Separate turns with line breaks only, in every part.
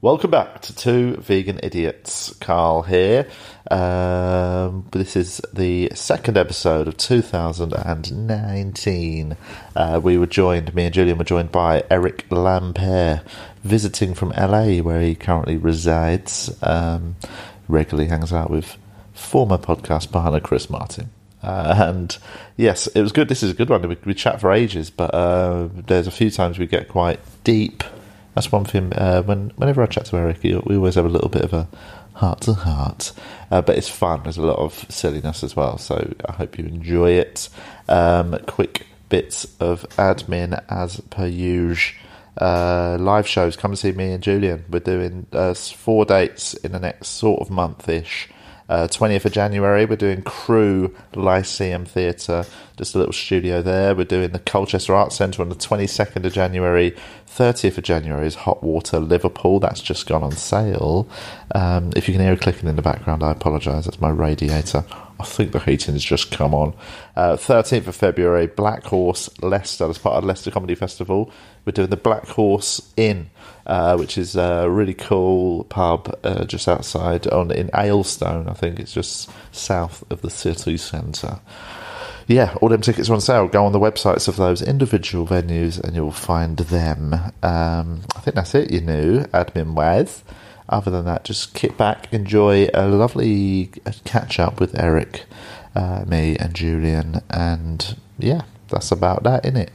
Welcome back to Two Vegan Idiots. Carl here. Um, this is the second episode of 2019. Uh, we were joined, me and Julian were joined by Eric Lampere, visiting from LA, where he currently resides. Um, regularly hangs out with former podcast partner Chris Martin. Uh, and yes, it was good. This is a good one. We, we chat for ages, but uh, there's a few times we get quite deep. That's one thing. Uh, when whenever I chat to Eric, you- we always have a little bit of a heart to heart, uh, but it's fun. There's a lot of silliness as well. So I hope you enjoy it. Um, quick bits of admin as per usual. Uh, live shows. Come and see me and Julian. We're doing uh, s- four dates in the next sort of month ish. Uh, Twentieth of January, we're doing Crew Lyceum Theatre, just a little studio there. We're doing the Colchester Arts Centre on the twenty second of January. Thirtieth of January is Hot Water Liverpool. That's just gone on sale. Um, if you can hear it clicking in the background, I apologise. That's my radiator. I think the heating's just come on. Uh, Thirteenth of February, Black Horse Leicester, as part of Leicester Comedy Festival. We're doing the Black Horse Inn, uh, which is a really cool pub uh, just outside on in Aylstone. I think it's just south of the city centre. Yeah, all them tickets are on sale. Go on the websites of those individual venues and you'll find them. Um, I think that's it, you know, admin wise. Other than that, just kick back, enjoy a lovely uh, catch up with Eric, uh, me, and Julian. And yeah, that's about that, innit?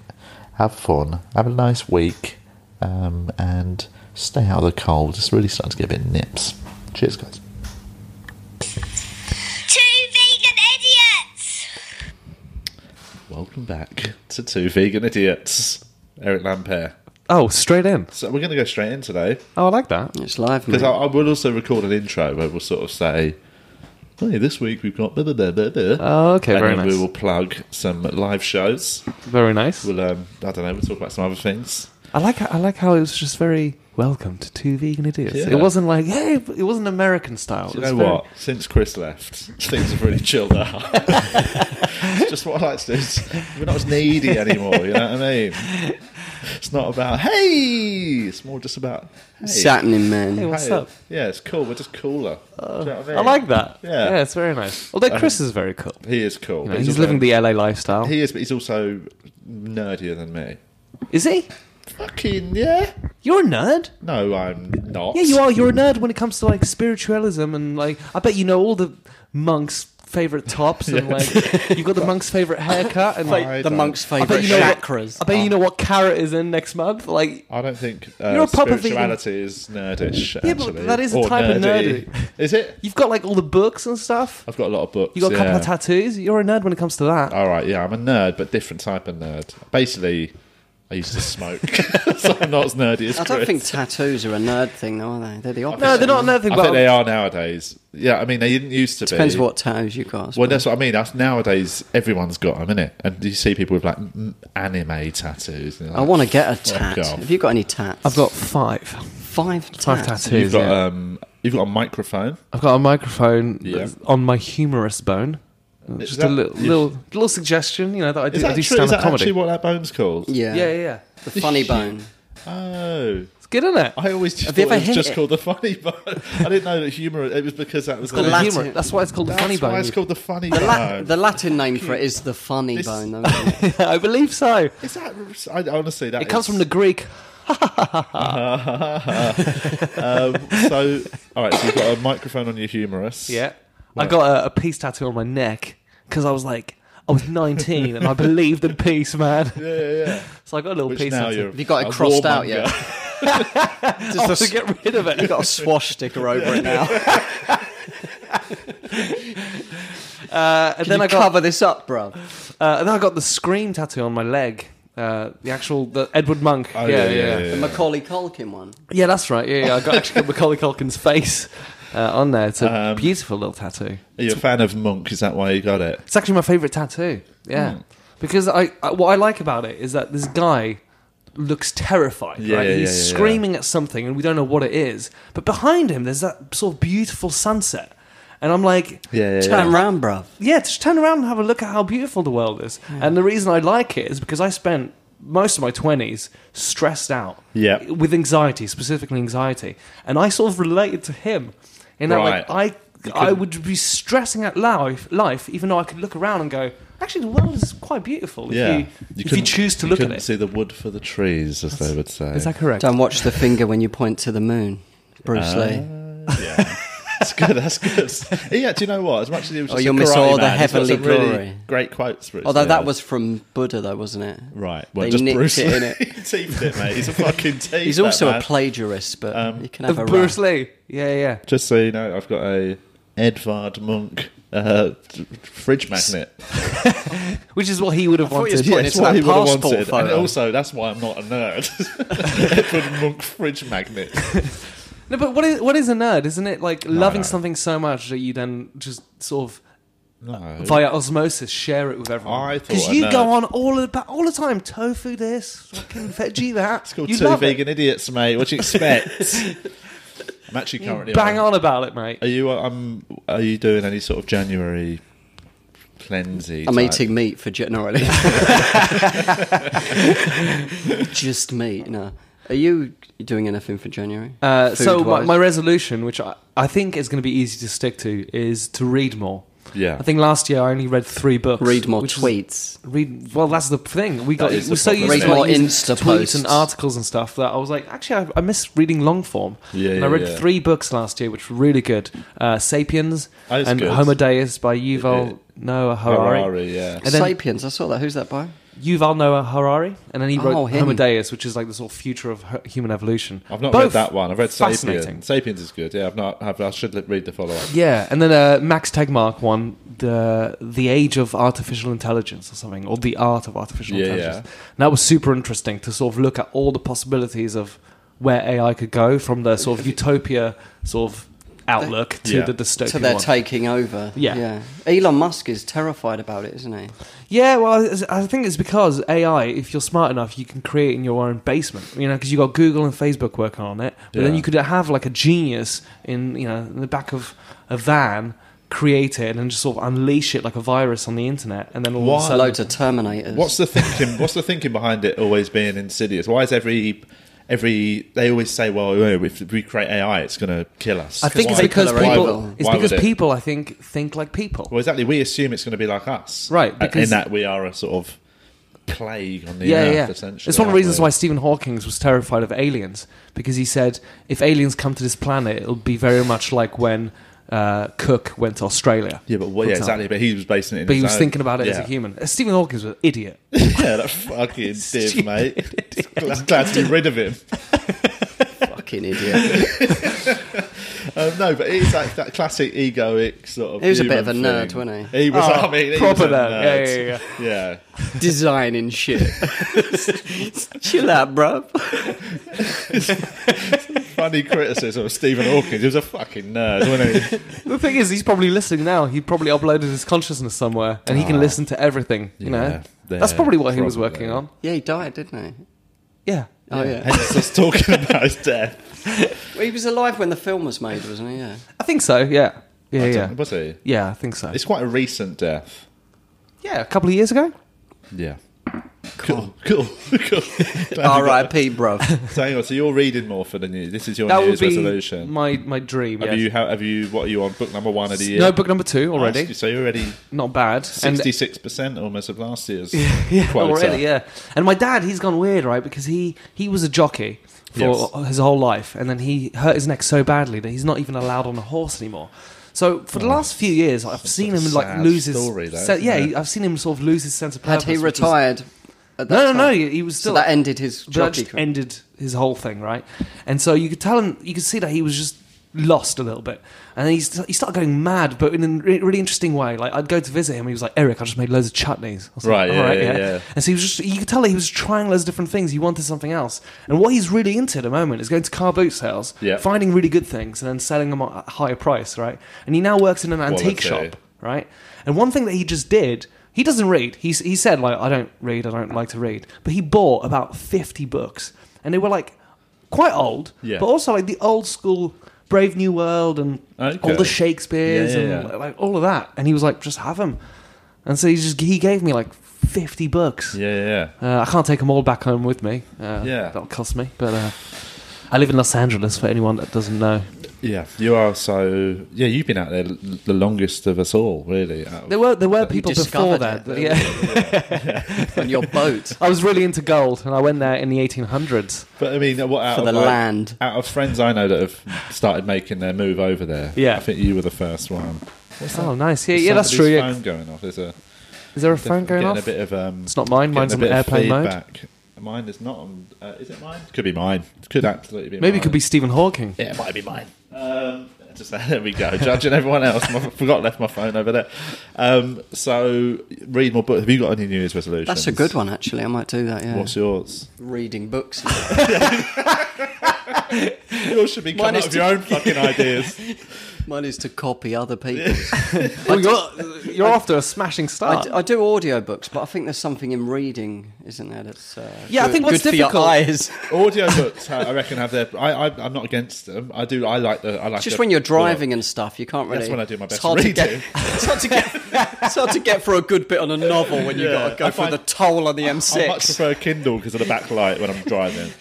Have fun, have a nice week, um, and stay out of the cold. It's really starting to get a bit nips. Cheers, guys.
Two vegan idiots!
Welcome back to Two Vegan Idiots. Eric Lampere.
Oh, straight in.
So we're going to go straight in today.
Oh, I like that.
It's live, mate.
Because I, I will also record an intro where we'll sort of say, hey, this week we've got blah, blah, blah, blah, blah.
Oh, okay,
and
very
then
nice.
we will plug some live shows.
Very nice.
We'll, um, I don't know, we'll talk about some other things.
I like. I like how it was just very welcome to two vegan idiots.
Yeah.
It wasn't like hey, it wasn't American style.
Do you
It
know
was very-
what? Since Chris left, things have really chilled out. it's just what I like to do. It's- We're not as needy anymore, you know what I mean? It's not about, hey! It's more just about, hey.
It's happening, man.
Hey, what's
Hey.
up?
Yeah, it's cool. We're just cooler. Do you know what mean?
I like that.
Yeah.
yeah, it's very nice. Although Chris is very cool.
He is cool.
You
but
know, he's living
also-
the LA lifestyle.
He is, but he's also nerdier than me.
is he?
Fucking yeah.
You're a nerd.
No, I'm not.
Yeah, you are. You're a nerd when it comes to like spiritualism and like. I bet you know all the monks' favorite tops and like. You've got the monks' favorite haircut and like.
I
the
don't-
monk's
I bet
favourite
you know
chakras.
What, I bet
Oh.
you know what carrot is in next month. Like,
I don't think uh,
You're a proper
spirituality is nerdish.
Yeah, but
actually.
that is a
Or
type of
nerdy. Is it?
you've got like all the books and stuff.
I've got a lot of books.
You got a
yeah. Oh,
couple of tattoos. You're a nerd when it comes to that.
All right, yeah, I'm a nerd, but different type of nerd. Basically, I used to smoke, so I'm not as nerdy as
I don't
Chris.
think tattoos are a nerd thing, though, are they? They're the opposite.
no, they're not nothing.
I
But
think they are nowadays. Yeah, I mean, they didn't used to
Depends
be.
what tattoos you got. I
Well,
suppose.
that's what I mean. That's, nowadays, everyone's got them, innit? And you see people with like m- anime tattoos. and you're
I
like,
want to get a
fuck
tat.
off.
Have you got any tats?
I've got five,
five tats.
five tattoos.
You've got
yeah.
um, you've got a microphone.
I've got a microphone
Yeah.
that's on my humerus bone.
Is
Just
that-
a little,
you-
little little suggestion, you know, that I do,
Is
I
that
do
true? Is
stand
that
up comedy.
actually what that bone's called?
Yeah.
yeah, yeah, yeah.
The funny bone.
Oh,
It's good, isn't it?
I always just
Have
thought
you
it
ever
was
hit
just
it?
called the funny bone. I didn't know that humor. It was because that was
It's called
the
a
Latin-
humor. That's why it's called the
That's
funny
why
bone.
it's called the funny
The,
bone.
La- the Latin name for it is the funny
This-
bone, though. isn't it?
I believe so.
is that I, honestly that
It comes
is-
from the Greek.
um, so all right. So you've got a microphone on your humerus.
Yeah, I got a, a peace tattoo on my neck because I was like, I was 19 and I believed in peace, man.
yeah, yeah. yeah.
So I got a little
Which
peace
now
tattoo.
you're
Have you got it
a
crossed out
warmonger.
yet?
I want to get rid of it.
You've got a swash sticker over it now.
Uh, and
Can
then
you
I got
cover this up, bruv?
Uh, and then I got the Scream tattoo on my leg. Uh, the actual the Edward Monk.
Oh,
yeah, yeah, yeah,
The Macaulay Culkin one.
Yeah, that's right. Yeah, yeah. I got actually got Macaulay Culkin's face uh, on there. It's a
Um,
beautiful little tattoo.
Are you a fan of Monk? Is that why you got it?
It's actually my favorite tattoo.
Hmm.
Yeah, because I, I what I like about it is that this guy looks terrified.
Yeah,
right?
yeah,
He's
yeah, yeah, yeah.
screaming at something, and we don't know what it is. But behind him, there's that sort of beautiful sunset, and I'm like,
Yeah, yeah,
Turn round, bruv.
yeah, just turn around and have a look at how beautiful the world is. And the reason I like it is because I spent most of my 20s stressed out
Yeah.
with anxiety, specifically anxiety. And I sort of related to him in that, like, I, I would be stressing out life, life, even though I could look around and go, actually, the world is quite beautiful if,
yeah.
you, if you
couldn't-
choose to
you
look at
couldn't
it. Is
see the wood for the trees, as they would say.
that correct?
Don't watch the finger when you point to the moon, Bruce Lee.
yeah. That's good. That's good. Yeah, do you know what? As much as he was
Oh,
just
you'll
a
miss
karate
all the
man, he's got
heavenly
some really
glory.
great quotes. Bruce
Although
Lee
that
has.
was from Buddha, though, wasn't it?
right. Well,
they
just
nicked
Bruce
it,
Lee.
innit?
he teeped it, mate. He's a fucking teep.
He's Um,
that
also
man.
a plagiarist, but you can have
Of
a
Bruce
Bruce
Lee. Yeah, yeah.
Just so you know, I've got a Edvard Monk uh, fridge magnet.
Which is what he would have
thought you
wanted.
said- Put it
Yes,
into
what
that
he would have
passport
wanted. And
photo.
also, that's why I'm not a nerd. Edvard Monk fridge magnet.
No, but what is, what is a nerd? Isn't it like loving
no.
something so much that you then just sort of
No.
via osmosis share it with everyone.
I thought
Because
a
you
nerd-
go on all about all the time tofu this, fucking veggie that.
It's called
you
Two
love
Vegan
it.
Idiots, mate. What do you expect? I'm actually currently
Bang on about it, mate.
Are you um are you doing any sort of January cleansing?
I'm eating meat for generally. Just meat, no. Are you doing anything for January?
Uh, so my,
Food-wise?
my resolution, which I, I think is going to be easy to stick to, is to read more.
Yeah.
I think last year I only read three books.
read more
which is-
tweets.
read well that's the thing we got
is the
we're so
problem,
used
isn't
to like,
Read
it?
more
using
Insta
tweets and
posts.
articles and stuff that i was like actually i, I miss reading long form
Yeah,
and i
yeah,
read
yeah.
three books last year which were really good uh, sapiens
Oh, it's
and
good.
homo deus by yuval
Yeah.
noah harari,
Ferrari, yeah.
and then
Sapiens, I saw that. Who's that by?
yuval noah harari and then he wrote
Oh, him.
homo deus which is like the sort of future of hu- human evolution
I've not
Both
read that one. I've read
fascinating
Sapiens. Sapiens is good. Yeah, I've not. I've, I should li- read the follow up.
yeah, and then uh, Max Tegmark won the the Age of Artificial Intelligence or something, or the Art of Artificial
Yeah,
Intelligence.
yeah.
And that was super interesting to sort of look at all the possibilities of where AI could go from the sort of utopia sort of outlook to
Yeah.
the dystopian
So they're
one.
taking over.
Yeah.
Elon Musk is terrified about it, isn't he?
Yeah, well, I- I think it's because AI, if you're smart enough, you can create in your own basement, you know, because you've got Google and Facebook working on it. But then
Yeah.
you could have like a genius in, you know, in the back of a van, create it, and just sort of unleash it like a virus on the internet. And then all
Why?
of a
So
sudden.
loads of Terminators.
What's the thinking? what's the thinking behind it always being insidious? Why is every every they always say, well, oh, if we create AI, it's going to kill us.
I think it's
Why-
because
People are
why
people.
would-
It's
why would
because
it?
people, I think, think like people.
Well, exactly. We assume it's going to be like us, uh,
Right,
in-
because-
in that we are a sort of plague on the
yeah,
earth.
yeah.
Essentially,
It's one of the
aren't
reasons
we?
why Stephen Hawking was terrified of aliens because he said if aliens come to this planet, it'll be very much like when uh, Cook went to Australia.
Yeah, but well,
for
yeah,
example.
exactly. But he was basing it. In
But he
his
was
own-
thinking about it as a
yeah.
human. Uh, Stephen Hawking was an idiot.
yeah, that fucking div, mate. Glad, glad to be rid of him.
fucking idiot?
Um, no, but he's like that classic egoic sort of.
He was a bit
human
of a nerd,
thing.
wasn't
He was. I mean, he
Oh, proper
was a
nerd.
nerd.
Yeah, yeah,
yeah, yeah.
Designing shit. Chill out, bro.
Funny criticism of Stephen Hawking. He was a fucking nerd, wasn't he?
The thing is, he's probably listening now. He probably uploaded his consciousness somewhere, and he can listen to everything. You know,
Ah. yeah,
that's probably what he was
probably.
working on.
Yeah, he died, didn't he?
Yeah.
Oh yeah.
Hence us talking about his death.
Well, he was alive when the film was made, wasn't he? Yeah.
I think so. Yeah. Yeah, yeah.
Was he?
Yeah, I think so.
It's quite a recent death.
yeah, a couple of years ago.
Yeah. Cool, cool, cool.
R.I.P. Bro.
So, hang on, so you're reading more for the new. This is your
That
New
would
Year's
be
resolution.
my my dream.
Have
yes.
you? How, have you? What are you on? Book number one of the year.
No, book number two
Last year,
already.
So you're already
Not bad. And-
sixty-six percent almost of last year's
yeah,
quota.
already, yeah. And my dad, he's gone weird, right? Because he he was a jockey for
Yes.
his whole life, and then he hurt his neck so badly that he's not even allowed on a horse anymore. So for the last few years, I've seen
Oh. a
him like
sad
lose his
story, though,
se-
isn't
yeah,
it?
he- I've seen him sort of lose his sense of
Had
purpose.
he
which is-
retired? at that
no, no, no.
time?
He he was still
So that ended his
but that
jockey
just
career.
ended his whole thing, right? And so you could tell him, you could see that he was just lost a little bit, and he st- he started going mad, but in a re- really interesting way. Like I'd go to visit him, and he was like, "Eric, I just made loads of chutneys." I was like,
Right, yeah,
"All
yeah, yeah.
And so he was just, you could tell that he was trying loads of different things. He wanted something else, and what he's really into at the moment is going to car boot sales,
Yeah.
finding really good things, and then selling them at a higher price, right? And he now works in an antique
Quality.
shop right? And one thing that he just did, he doesn't read. He, he said, like, I don't read, I don't like to read. But he bought about 50 books. And they were, like, quite old,
Yeah.
but also, like, the old school Brave New World and all
Okay.
the Shakespeare's
Yeah, yeah,
and,
yeah.
like, all of that. And he was like, just have them. And so he just he gave me, like, 50 books.
Yeah, yeah.
Uh, I can't take them all back home with me. Uh,
Yeah.
That'll cost me. But uh, I live in Los Angeles, for anyone that doesn't know.
Yeah, you are so. Yeah, you've been out there l- the longest of us all, really. Out of-
There were, there were people before
discovered
that.
it.
Yeah.
on your boat.
I was really into gold, and I went there in the 1800s.
But I mean, what out
For
of,
the
like,
land.
out of friends I know that have started making their move over there.
Yeah.
I think you were the first one.
Oh, nice. Yeah, yeah that's true.
Somebody's
Yeah.
Phone going off. There's a
Is there a
definitely
phone going
getting
off?
a bit of um.
It's not mine.
getting
Mine's
a
on
bit of
airplane mode.
feedback. Mine is not. On, uh, is it mine? Could be mine. Could absolutely be.
Maybe
mine.
it could be Stephen Hawking.
Yeah, it might be mine. Um, just there we go. Judging everyone else. I forgot I left my phone over there. Um, so read more books. Have you got any New Year's resolutions?
That's a good one, actually. I might do that. Yeah,
What's yours?
reading books.
Yours should be coming
Mine
up
is
with your own fucking ideas.
Mine is to copy other people.
Well, Oh, you're, you're after a smashing
I,
start.
d- I do audiobooks, but I think there's something in reading, isn't there? That's uh,
Yeah, I
good-
think what's
good for
difficult-
your eyes.
Audiobooks, I I reckon, have their. I, I, I'm not against them. I do. I like the. I like
Just
the-
when you're driving and stuff, you can't really.
That's when I do my best
hard to
reading.
get- it's, hard to get, it's hard to get for a good bit on a novel when you
Yeah,
got to go
I
through
find-
the toll on the
I much
M6.
prefer a Kindle because of the backlight when I'm driving.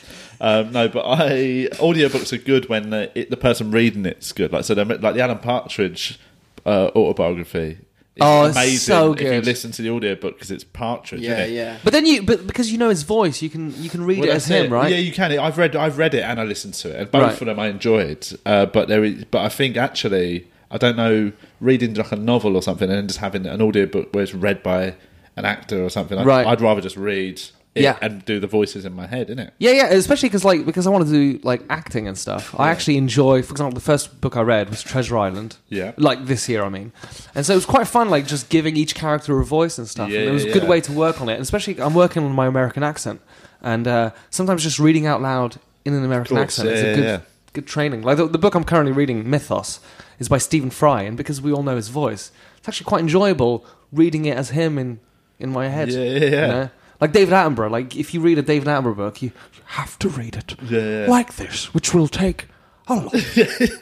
Um, no, but I audiobooks are good when the, it, the person reading it's good. Like so, they're- like the Alan Partridge uh, autobiography. It's
Oh, it's so
If you
good.
listen to the audiobook because it's Partridge.
yeah,
isn't it?
yeah.
but then you, but because you know his voice, you can you can read
Well,
it
that's
as him,
it.
right?
Yeah, you can. I've read, I've read it and I listened to it, and both
Right.
of them I enjoyed. Uh, but there, is, but I think actually, I don't know, reading like a novel or something, and then just having an audiobook where it's read by an actor or something. I'd,
Right.
I'd rather just read it
Yeah.
and do the voices in my head, innit?
Yeah, yeah, especially because like because I want to do like acting and stuff. I actually enjoy, for example, the first book I read was Treasure Island.
Yeah.
like this year, I mean, and so it was quite fun, like just giving each character a voice and stuff.
Yeah,
and it was a
yeah,
good
yeah.
way to work on it, and especially I'm working on my American accent, and uh, sometimes just reading out loud in an American
course,
accent
yeah,
is a
yeah,
good
yeah.
good training. Like the, the book I'm currently reading, Mythos, is by Stephen Fry, and because we all know his voice, it's actually quite enjoyable reading it as him in in my head.
Yeah, yeah, yeah.
know? Like David Attenborough, like if you read a David Attenborough book, you you have to read it
Yeah.
like this, which will take a long,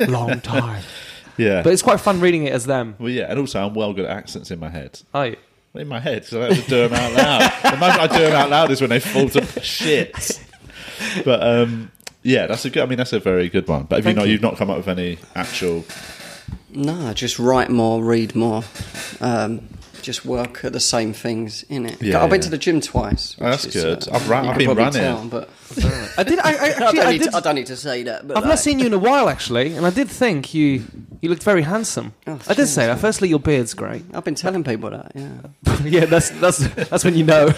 long time.
Yeah.
But it's quite fun reading it as them.
well, yeah, and also I'm well good at accents in my head.
I,
In my head, because I don't have to do them out loud. the moment I do them out loud is when they fall to shit. But um, yeah, that's a good. I mean, that's a very good one. But if you
Thank
know,
you.
you've not come up with any actual
No, just write more, read more. Um, just work at the same things in it.
Yeah,
I went
yeah.
to the gym twice.
Oh, that's
which uh,
good. I've ran-
you
I've
can
been
probably
running.
tell, but
I did. I, I
I,
actually,
don't
I
need
did.
to, I don't need to say that. But
I've
like-
not seen you in a while, actually, and I did think you you looked very handsome.
Oh,
I did say
cheers,
that. Firstly, your beard's great.
I've been telling people that. Yeah.
yeah, that's that's that's when you know.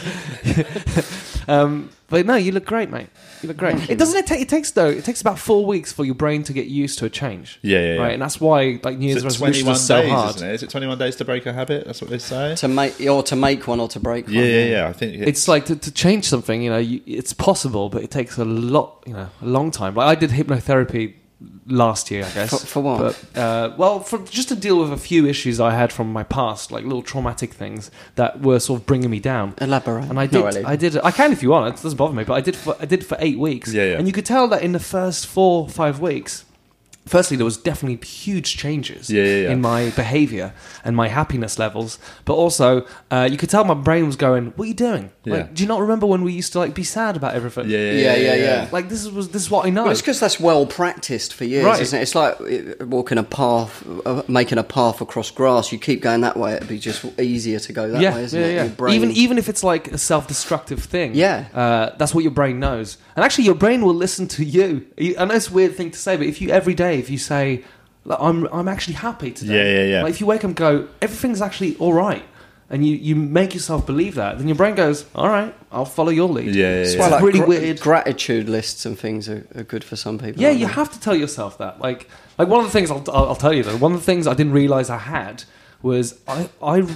um, but no, you look great, mate. You look great.
Thank
It
you.
doesn't. It, ta- it takes though. It takes about four weeks for your brain to get used to a change.
Yeah, yeah, yeah.
Right, and that's why like New Year's
Is it
resolution
21
is so
days,
hard.
isn't it? Is it 21 days to break a habit? That's what they say.
To make or to make one or to break
Yeah,
one.
yeah, yeah. I think
It's like to, to change something. You know, you, it's possible, but it takes a lot. You know, a long time. Like I did hypnotherapy last year, I guess.
For- for what?
But uh, well, for, just to deal with a few issues I had from my past, like little traumatic things that were sort of bringing me down.
Elaborate.
And I did,
No, really.
I did, I can if you want. It doesn't bother me, but I did, for, I did for eight weeks.
Yeah, yeah.
And you could tell that in the first four, five weeks, firstly there was definitely huge changes
Yeah, yeah, yeah.
in my behavior and my happiness levels, but also uh, you could tell my brain was going, "What are you doing?
Yeah.
Like, do you not remember when we used to like be sad about everything?
yeah,
Yeah,
yeah,
yeah, yeah.
Like this was this is what I know.
Well, it's because that's well practiced for years,
Right.
isn't it? It's like uh, walking a path, uh, making a path across grass. You keep going that way; it'd be just easier to go that
yeah,
way, isn't
yeah,
it?
yeah.
Your brain-
Even even if it's like a self-destructive thing,
Yeah.
uh, that's what your brain knows. And actually, your brain will listen to you. You- I know it's a weird thing to say, but if you every day, if you say, like, "I'm I'm actually happy today,"
Yeah, yeah, yeah.
Like if you wake up and go, "Everything's actually all right," and you you make yourself believe that, then your brain goes, "All right, I'll follow your lead."
Yeah, yeah,
it's
yeah.
Well,
really
gra-
weird.
Gratitude lists and things are, are good for some people.
Yeah,
aren't
you
they?
have to tell yourself that. Like, like one of the things I'll, I'll, I'll tell you though. One of the things I didn't realize I had was I, I,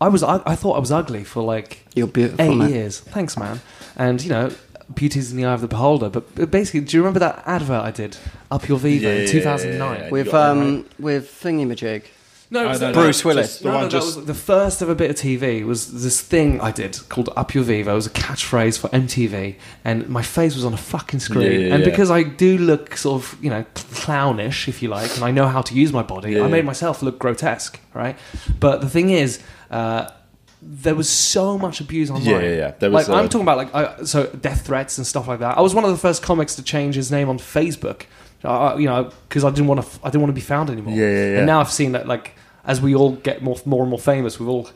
I was I, I thought I was ugly for like
You're beautiful,
eight
man.
years. Thanks, man. And you know, beauty's in the eye of the beholder. But, but basically, do you remember that advert I did up your Viva
Yeah, yeah,
in
yeah,
two thousand nine?
yeah, yeah.
With
You got that
um, with thingamajig.
No, it was
I
the-
know,
Bruce
just
Willis.
The
no,
one
no, that
just.
was the first ever bit of TV was this thing I did called Up Your Viva. It was a catchphrase for MTV, and my face was on a fucking screen.
Yeah, yeah,
and
yeah.
because I do look sort of, you know, clownish, if you like, and I know how to use my body,
Yeah,
I made
yeah.
myself look grotesque, right? But the thing is, uh, there was so much abuse online.
Yeah, yeah, yeah. There was,
like
uh,
I'm talking about like I, so death threats and stuff like that. I was one of the first comics to change his name on Facebook. I- I, you know, because I didn't want to. I didn't want to be found anymore.
Yeah, yeah, yeah.
And now I've seen that like as we all get more more and more famous, we've all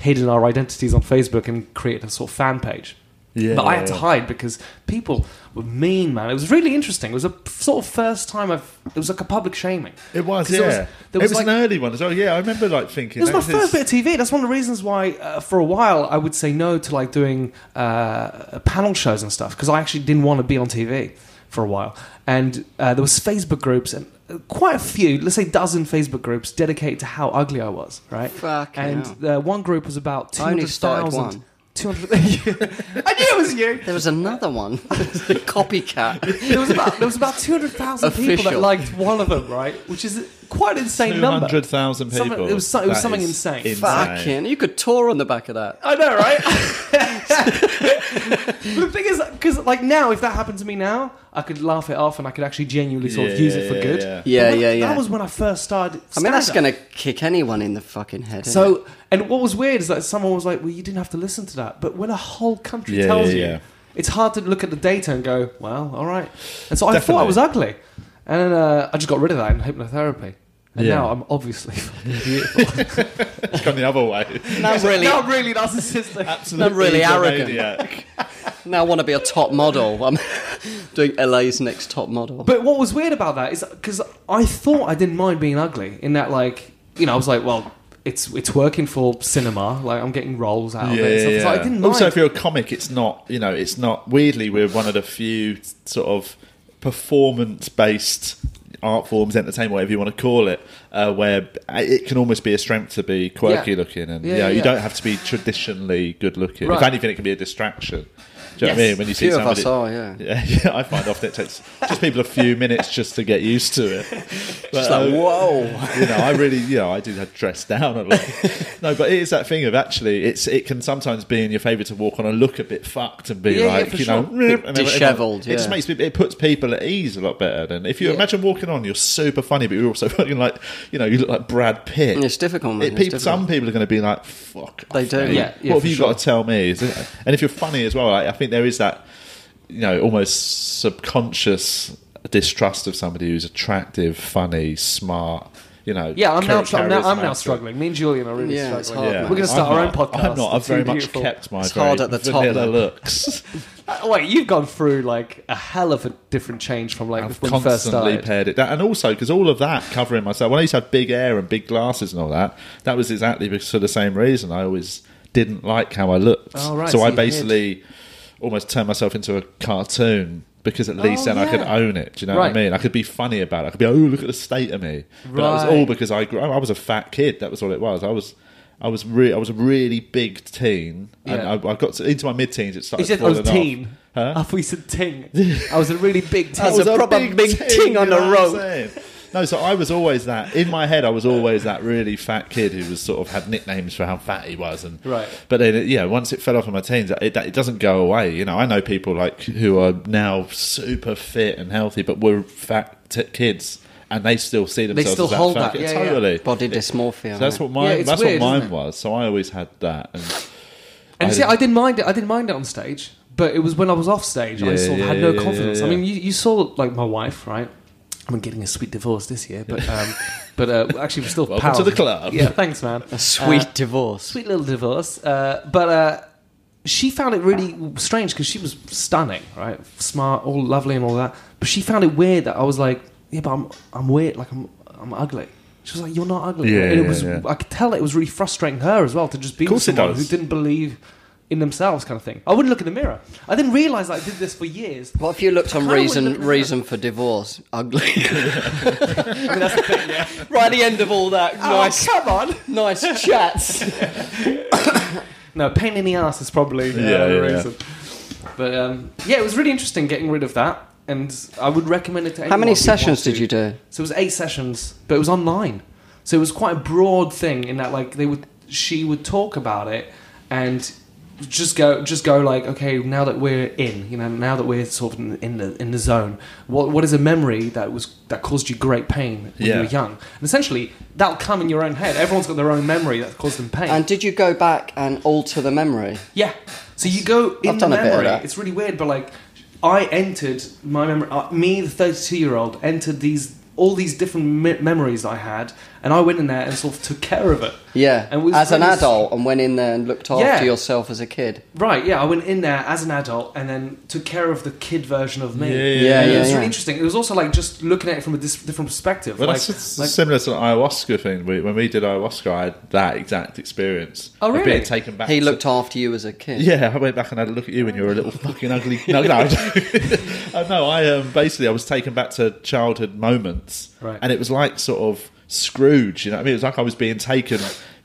hidden our identities on Facebook and created a sort of fan page.
Yeah,
but I had to
yeah.
hide because people were mean, man. It was really interesting. It was a p- sort of first time I've. It was like a public shaming.
It was,
'Cause
yeah.
there was- there was
it was
like-
an early one as well. Yeah, I remember like thinking.
it was my
that is-
first bit of TV. That's one of the reasons why, uh, for a while, I would say no to like doing uh, panel shows and stuff because I actually didn't want to be on TV for a while. And uh, there was Facebook groups and uh, quite a few, let's say dozen Facebook groups dedicated to how ugly I was. Right?
Fucking
and uh, one group was about two
I only
hundred
started
thousand.
one.
Two hundred. I knew it was you.
There was another one. the copycat.
There was about there was about two hundred thousand people that
Official.
liked one of them, right? Which is quite an insane number.
200,000 people.
Something- It was, so- it was
That
something
is
insane.
Fucking. You could tour on the back of that.
I know, right? but the thing is, because like now, if that happened to me now, I could laugh it off and I could actually genuinely sort of
Yeah,
use it for
yeah,
good.
yeah.
But
Yeah,
that-
yeah, yeah.
That was when I first started.
I mean, that's
stand-up.
going to kick anyone in the fucking head. isn't it?
So, and what was weird is that someone was like, "Well, you didn't have to listen to that," but when a whole country
Yeah,
tells
yeah,
you,
yeah.
it's hard to look at the data and go, "Well, all right." And so I thought I
Definitely.
was ugly, and then, uh, I just got rid of that in hypnotherapy, and
Yeah.
now I'm obviously fucking beautiful.
It's gone the other way.
now I'm really,
now I'm really narcissistic.
Absolutely
really arrogant.
egomaniac.
now I want to be a top model. I'm doing LA's next top model.
But what was weird about that is because I thought I didn't mind being ugly. In that, like, you know, I was like, well, it's it's working for cinema. Like, I'm getting roles out of it. And stuff. It's like, I didn't mind.
Also, if you're a comic, it's not you know, it's not. Weirdly, we're one of the few sort of performance-based art forms, entertainment, whatever you want to call it, uh, where it can almost be a strength to be quirky
Yeah.
looking, and
Yeah,
you know,
yeah,
you
yeah.
don't have to be traditionally good looking. If
Right.
anything, it can be a distraction. Do you know what I
Yes.
mean? When you
Few
see
of us
somebody,
are, yeah.
yeah, yeah, I find often it takes just people a few minutes just to get used to it. But,
It's like,
uh,
whoa.
you know, I really, you know, I do have dress down a lot. No, but it is that thing of actually, it's it can sometimes be in your favour to walk on and look a bit fucked and be
Yeah, yeah,
like,
for
you
sure.
know, "Meh," and everyone-
dishevelled,
It just
yeah.
makes people, it puts people at ease a lot better than if you
Yeah.
imagine walking on, you're super funny, but you're also fucking like, you know, you look like Brad Pitt.
It's difficult, man,
It-
it's
people-
difficult.
Some people are going to be like, fuck.
They
off,
do.
mate.
Yeah, yeah,
what have
for
you
sure.
got to tell me? Is it- And if you're funny as well, like, I think there is that, you know, almost subconscious distrust of somebody who's attractive, funny, smart. You know,
yeah, I'm now,
char-
I'm now, I'm now
charismatic.
struggling. Me and Julian are really
Yeah, it's
struggling.
hard, man.
We're going to start
I'm
our
not-
own podcast.
I'm not. I've
It's too
very much
beautiful.
kept my
It's
very
hard at the top,
vanilla
though.
looks.
Uh, Wait, you've gone through like a hell of a different change from like
I've
when you first
constantly
started.
pared it down, and also because all of that covering myself. When I used to have big hair and big glasses and all that, that was exactly because- for the same reason. I always didn't like how I looked,
Oh, right,
so,
so
I
you hid.
basically almost turned myself into a cartoon. Because at least then I could
Oh, yeah.
own it. Do you know
Right.
what I mean? I could be funny about it. I could be, oh, look at the state of me. But that was
Right.
all because I grew. I was a fat kid. That was all it was. I was, I was re- I was a really big teen,
Yeah.
and I, I got to, into my mid-teens. It started.
He said I was
falling off.
teen.
Huh?
I thought you said ting. I was a really big ting.
I was a proper big ting on the
you know what I'm
road.
saying? No, so I was always that. In my head, I was always that really fat kid who was sort of had nicknames for how fat he was, and
Right.
But then, yeah, once it fell off in my teens, it, it doesn't go away. You know, I know people like who are now super fit and healthy, but were fat t- kids, and they still see themselves.
still
as that
hold
fat
that,
kid.
yeah, yeah.
totally.
Body
It-
dysmorphia.
so that's
isn't it?
what mine.
Yeah, it's
that's
weird,
what mine
isn't it?
was. So I always had that. And
And
I
see,
didn't-
I didn't mind it. I didn't mind it on stage, but it was when I was off stage. I
Yeah,
sort of
yeah,
had no
yeah,
confidence.
yeah,
I
yeah.
mean, you, you saw like my wife, right? I'm getting a sweet divorce this year, but um, but uh, actually, we're still
Welcome to
pals.
the club.
Yeah, thanks, man.
A sweet
Uh,
divorce.
sweet little divorce. Uh, but uh, she found it really strange because she was stunning, right? Smart, all lovely, and all that. But she found it weird that I was like, "Yeah, but I'm I'm weird. Like I'm I'm ugly." She was like, "You're not ugly."
Yeah,
and it
yeah,
was
yeah.
I could tell it was really frustrating her as well to just be with
course it
someone who
does.
didn't believe in themselves, kind of thing. I wouldn't look in the mirror. I didn't realize I did this for years.
What if you looked on
How would
reason
the-
reason for divorce? Ugly. Right at the end of all that nice
Oh, come on!
nice chats.
No, pain in the ass is probably uh,
Yeah,
the
yeah, yeah.
reason. But um, yeah, it was really interesting getting rid of that, and I would recommend it to.
How
anyone
many
who
sessions
wants to.
did you do?
So it was eight sessions, but it was online. So it was quite a broad thing in that, like, they would she would talk about it, and just go just go like okay now that we're in you know now that we're sort of in, in the in the zone what what is a memory that was that caused you great pain when you
Yeah.
were young and essentially that'll come in your own head everyone's got their own memory that caused them pain
And did you go back and alter the memory?
yeah so you go in
I've done
the
a bit of
memory
that.
it's really weird but like I entered my memory uh, me the 32 year old entered these all these different me- memories I had and I went in there and sort of took care of it
Yeah,
And was
as an
really-
adult, and went in there and looked after
Yeah.
yourself as a kid.
Right, yeah, I went in there as an adult and then took care of the kid version of me.
Yeah,
Yeah,
yeah,
And
yeah.
it was
yeah.
really interesting. It was also like just looking at it from a dis- different perspective.
Well,
like,
that's s-
like-
similar to the ayahuasca thing. We, when we did ayahuasca, I had that exact experience.
Oh,
Of
really?
Being taken back.
He
to-
looked after you as a kid.
Yeah, I went back and had a look at you, and you were a little fucking ugly. No, no, I no. I um, basically I was taken back to childhood moments,
Right.
and it was like sort of Scrooge. You know, what I mean, it was like I was being taken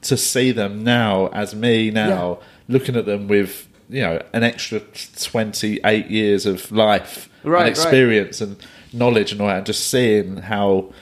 to see them now as me now, looking at them with you know an extra twenty eight years of life
Right, right.
and experience and knowledge and all that, and just seeing how.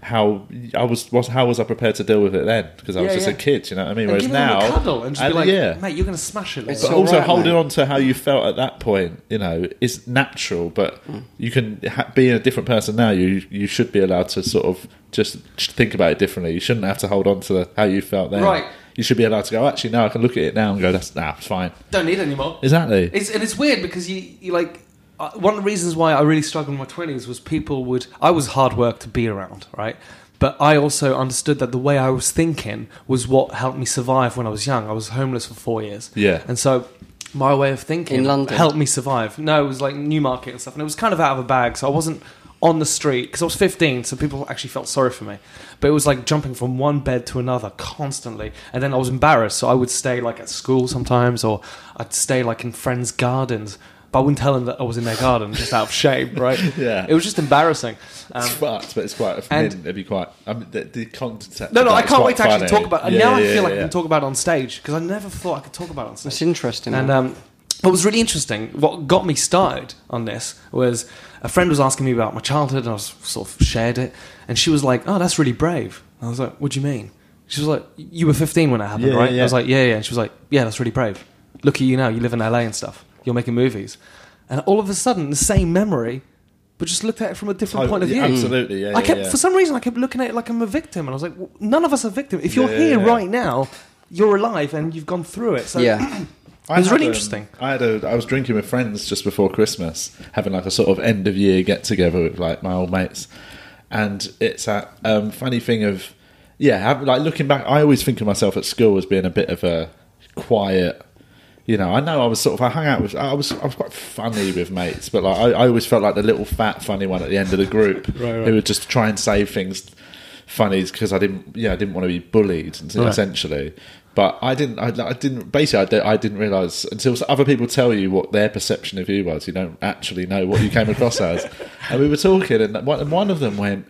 How I was, was, how was I prepared to deal with it then? Because I was
Yeah,
just
yeah.
a kid, you know what I mean.
and
Whereas
give
now,
them a cuddle and just
and-
be like,
yeah,
mate, you're going to smash it
It's
later.
but
all
also
right,
holding
mate.
on to how you felt at that point, you know, is natural. But
Mm.
you can ha- being a different person now. You you should be allowed to sort of just think about it differently. You shouldn't have to hold on to the, how you felt then.
Right.
You should be allowed to go. Actually, now I can look at it now and go. That's nah, it's fine.
Don't need it anymore.
Exactly.
It's, and it's weird because you, you like, uh, one of the reasons why I really struggled in my 20s was people would, I was hard work to be around, right? But I also understood that the way I was thinking was what helped me survive when I was young. I was homeless for four years.
Yeah.
And so my way of thinking
In London?
helped me survive. No, it was like Newmarket and stuff. And it was kind of out of a bag. So I wasn't on the street because I was 15. So people actually felt sorry for me. But it was like jumping from one bed to another constantly. And then I was embarrassed. So I would stay like at school sometimes or I'd stay like in friends' gardens. But I wouldn't tell them that I was in their garden just out of shame, right?
Yeah.
It was just embarrassing. Um,
It's fucked, but it's quite. I
and-
mean, it'd be quite. I mean, the, the content.
no, no,
of
I
that is
can't
quite
wait to actually
funny.
talk about it.
Yeah,
now I
yeah,
feel
yeah,
like I
yeah.
can talk about it on stage because I never thought I could talk about it on stage.
It's interesting.
And um, what was really interesting, what got me started on this was a friend was asking me about my childhood, and I was sort of shared it, and she was like, "Oh, that's really brave." And I was like, "What do you mean?" She was like, "You were 15 when it happened,
Yeah,
right?"
yeah.
I was like, "Yeah, yeah." And she was like, "Yeah, that's really brave. Look at you now. You live in LA and stuff. You're making movies." And all of a sudden, the same memory, but just looked at it from a different
Totally,
point of view.
Oh, yeah, Absolutely. Yeah.
I kept,
yeah, yeah.
for some reason, I kept looking at it like I'm a victim, and I was like, well, "None of us are victim. If you're
Yeah, yeah,
here
yeah.
right now, you're alive and you've gone through it." So
yeah,
It was
had,
really
um,
interesting.
I had a. I was drinking with friends just before Christmas, having like a sort of end of year get together with like my old mates, and it's that um, funny thing of yeah, have, like looking back, I always think of myself at school as being a bit of a quiet. You know, I know I was sort of I hung out with I was I was quite funny with mates, but like I, I always felt like the little fat funny one at the end of the group who would just try and say things funny because I didn't yeah I didn't want to be bullied and
Right.
essentially. But I didn't. I, I didn't. Basically, I, di- I didn't realize until other people tell you what their perception of you was. You don't actually know what you came across as. And we were talking, and one, and one of them went.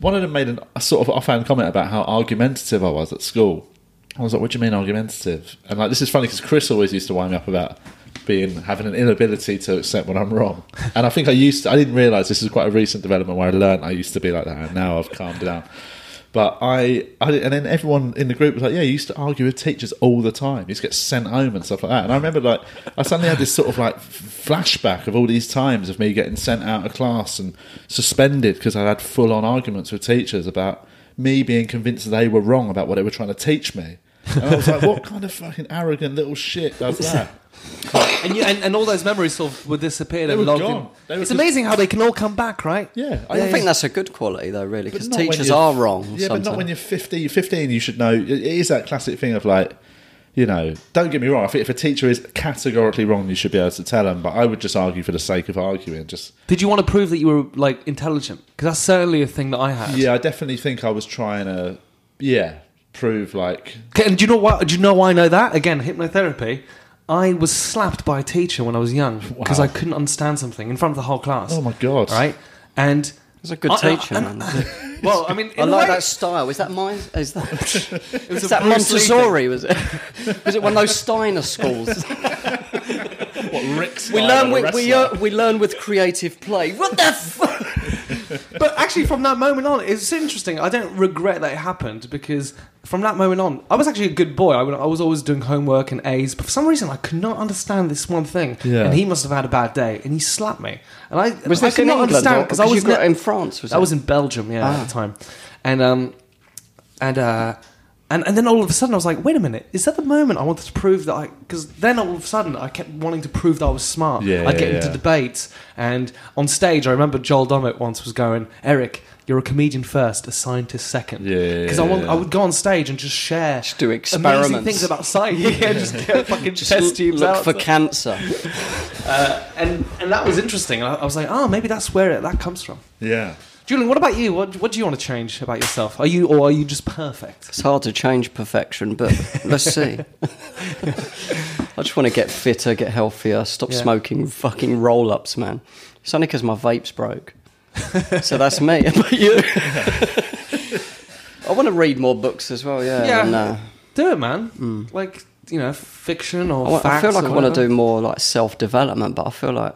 One of them made an, a sort of offhand comment about how argumentative I was at school. I was like, "What do you mean argumentative?" And like, this is funny because Chris always used to wind me up about being having an inability to accept when I'm wrong. And I think I used. To, I didn't realize this is quite a recent development where I learned I used to be like that, and now I've calmed down. But I, I, and then everyone in the group was like, "Yeah, you used to argue with teachers all the time. You used to get sent home and stuff like that." And I remember, like, I suddenly had this sort of like f- flashback of all these times of me getting sent out of class and suspended because I had full-on arguments with teachers about me being convinced they were wrong about what they were trying to teach me. And I was like, "What kind of fucking arrogant little shit does that?"
and, you, and and all those memories sort of were disappeared and
were
logged
gone.
in.
They were
it's
just-
amazing how they can all come back, right?
Yeah,
I think that's a good quality though, really, because
But not when
teachers
you're-
are wrong.
Yeah,
sometimes.
but not when you're 15. 15, you should know. It is that classic thing of like, you know, don't get me wrong. I think if a teacher is categorically wrong, you should be able to tell them. But I would just argue for the sake of arguing. Just
Did you want to prove that you were like intelligent? Because that's certainly a thing that I had.
yeah, I definitely think I was trying to yeah prove like
Okay, and do you know what? Do you know why I know that? Again, hypnotherapy. I was slapped by a teacher when I was young because
Wow.
I couldn't understand something in front of the whole class.
oh my god,
Right, and
It's a good
I- I-
teacher,
I-
man.
well, I mean, in
I
a
like
way-
that style. Is that mine? Is that,
it was
is
a
that
Bruce Lee thing.
Montessori? Was it? Was it one of those Steiner schools?
What Rick's
we
like
learn.
with
We
a
we,
wrestler.
uh, we learn with creative play. What the? F-
but actually, from that moment on, it's interesting. I don't regret that it happened because from that moment on, I was actually a good boy. I, would- I was always doing homework and A's, but for some reason, I could not understand this one thing.
Yeah.
And he must have had a bad day, and he slapped me. And I
Was
I
this
could
in
not
England,
understand
or-
because I
'cause you
was
grew up
ne-
in France, was
I
it? Ah.
was in Belgium, yeah, at the time, and um, and uh, and and then all of a sudden I was like, wait a minute, is that the moment I wanted to prove that I? Because then all of a sudden I kept wanting to prove that I was smart.
Yeah,
I'd get
yeah,
into
yeah.
debates, and on stage I remember Joel Dommett once was going, Eric. You're a comedian first, a scientist second.
Yeah, yeah,
because I want,
yeah.
I would go on stage and just share,
Just do
amazing
experiments.
things about science. yeah, just get fucking test
Just
tubes
look
out. Uh,
for cancer.
and and that was interesting. And I, I was like, oh, maybe that's where it, that comes from.
Yeah.
Julian, what about you? What, what do you want to change about yourself? Are you or are you just perfect?
It's hard to change perfection, but let's see. I just want to get fitter, get healthier, stop
Yeah.
smoking fucking roll ups, man. It's only because my vape's broke. so that's me. But you. I want to read more books as well, yeah.
Yeah.
and, uh, Hmm.
Do it, man. Like you know, fiction or
I, wa- I
facts
feel like
or
I want to
whatever.
do more like self development, but I feel like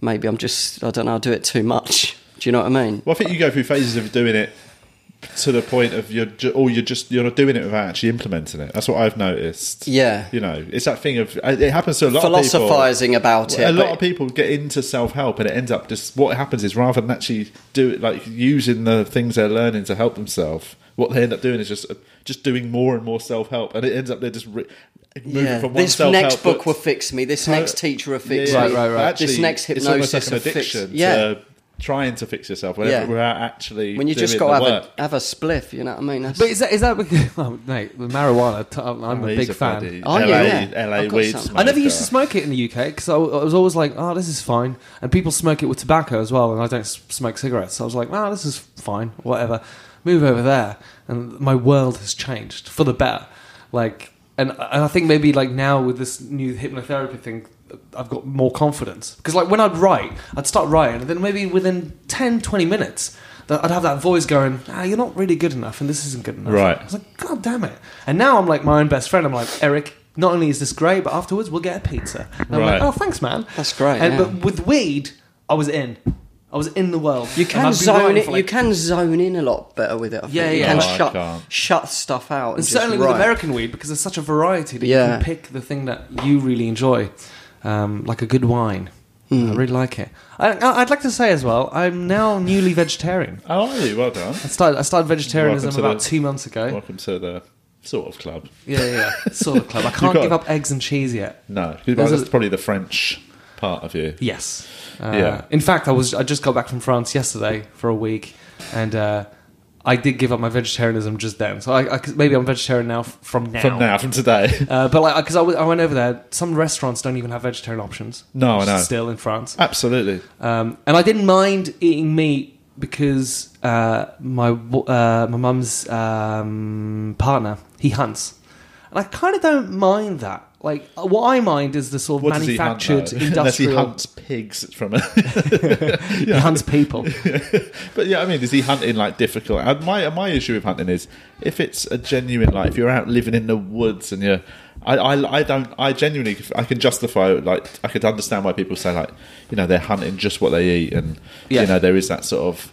maybe I'm just, I don't know, I do it too much. Do you know what I mean?
Well, I think you go through phases of doing it to the point of you're, ju- or you're just you're not doing it without actually implementing it. That's what I've noticed.
Yeah.
you know, it's that thing of it happens to a lot of
Philosophizing about
people.
it.
a lot
but-
of people get into self help, and it ends up just what happens is rather than actually do it like using the things they're learning to help themselves, what they end up doing is just just doing more and more self help, and it ends up they're just re- moving
Yeah.
from one
this
self
next
help
book will fix me. This next teacher will fix
yeah.
me.
Right, right, right.
This next
it's almost
hypnosis
like an
will fix.
addiction.
Yeah.
to trying to fix yourself without-
Yeah.
without actually
when you just
doing
got
the
to
work.
have a, have a spliff, you know what I mean? That's,
But is that is that because oh, mate, with marijuana? T- I'm I'm
Oh,
a
he's
big fan.
bloody
Oh,
LA,
yeah, yeah.
LA
I've got
weed
some.
smoker.
I never used to smoke it in the UK because I, w- I was always like, oh, this is fine. And people smoke it with tobacco as well, and I don't s- smoke cigarettes. So I was like, oh, this is fine, whatever. Move over there, and my world has changed for the better. Like, and, and I think maybe like now with this new hypnotherapy thing, I've got more confidence because like when I'd write, I'd start writing, and then maybe within 10, 20 minutes. that I'd have that voice going, ah, you're not really good enough, and this isn't good enough.
Right.
I was like, God damn it. And now I'm like my own best friend. I'm like, Eric, not only is this great, but afterwards we'll get a pizza. And I'm
Right.
like, oh, thanks, man.
That's great,
And,
yeah.
But with weed, I was in. I was in the world.
you can zone it. you can zone in a lot better with it. I think.
Yeah,
You
yeah.
can
No, I
shut
can't.
shut stuff out. And,
And
just
certainly with
write.
American weed, because there's such a variety that
Yeah.
you can pick the thing that you really enjoy, um, like a good wine.
Hmm.
I really like it. I, I- I'd like to say as well, I'm now newly vegetarian.
How are you? Well done.
I started, I started vegetarianism
Welcome to
about
the-
two months ago.
Welcome to the sort of club.
Yeah, yeah, yeah. Sort of club. I can't
got-
give up eggs and cheese yet.
No, well,
There's
that's
a-
probably the French part of you.
Yes. Uh,
Yeah.
In fact, I was I just got back from France yesterday for a week, and uh, I did give up my vegetarianism just then. So I, I could- maybe I'm vegetarian now f- from now.
From now, from today.
Uh, but like, because I, w- I went over there, some restaurants don't even have vegetarian options.
No, I
which is
know.
Still in France,
Absolutely.
um, and I didn't mind eating meat because uh, my w- uh, my mum's um, partner he hunts, and I kind of don't mind that. Like, uh, what I mind is the sort of
What does he hunt? though?
manufactured
Unless he
industrial.
hunts pigs from a.
he hunts people.
but yeah, I mean, is he hunting like difficult? And my my issue with hunting is if it's a genuine like if you're out living in the woods and you're. I, I, I don't I genuinely I can justify like I could understand why people say like you know they're hunting just what they eat and
Yeah.
you know there is that sort of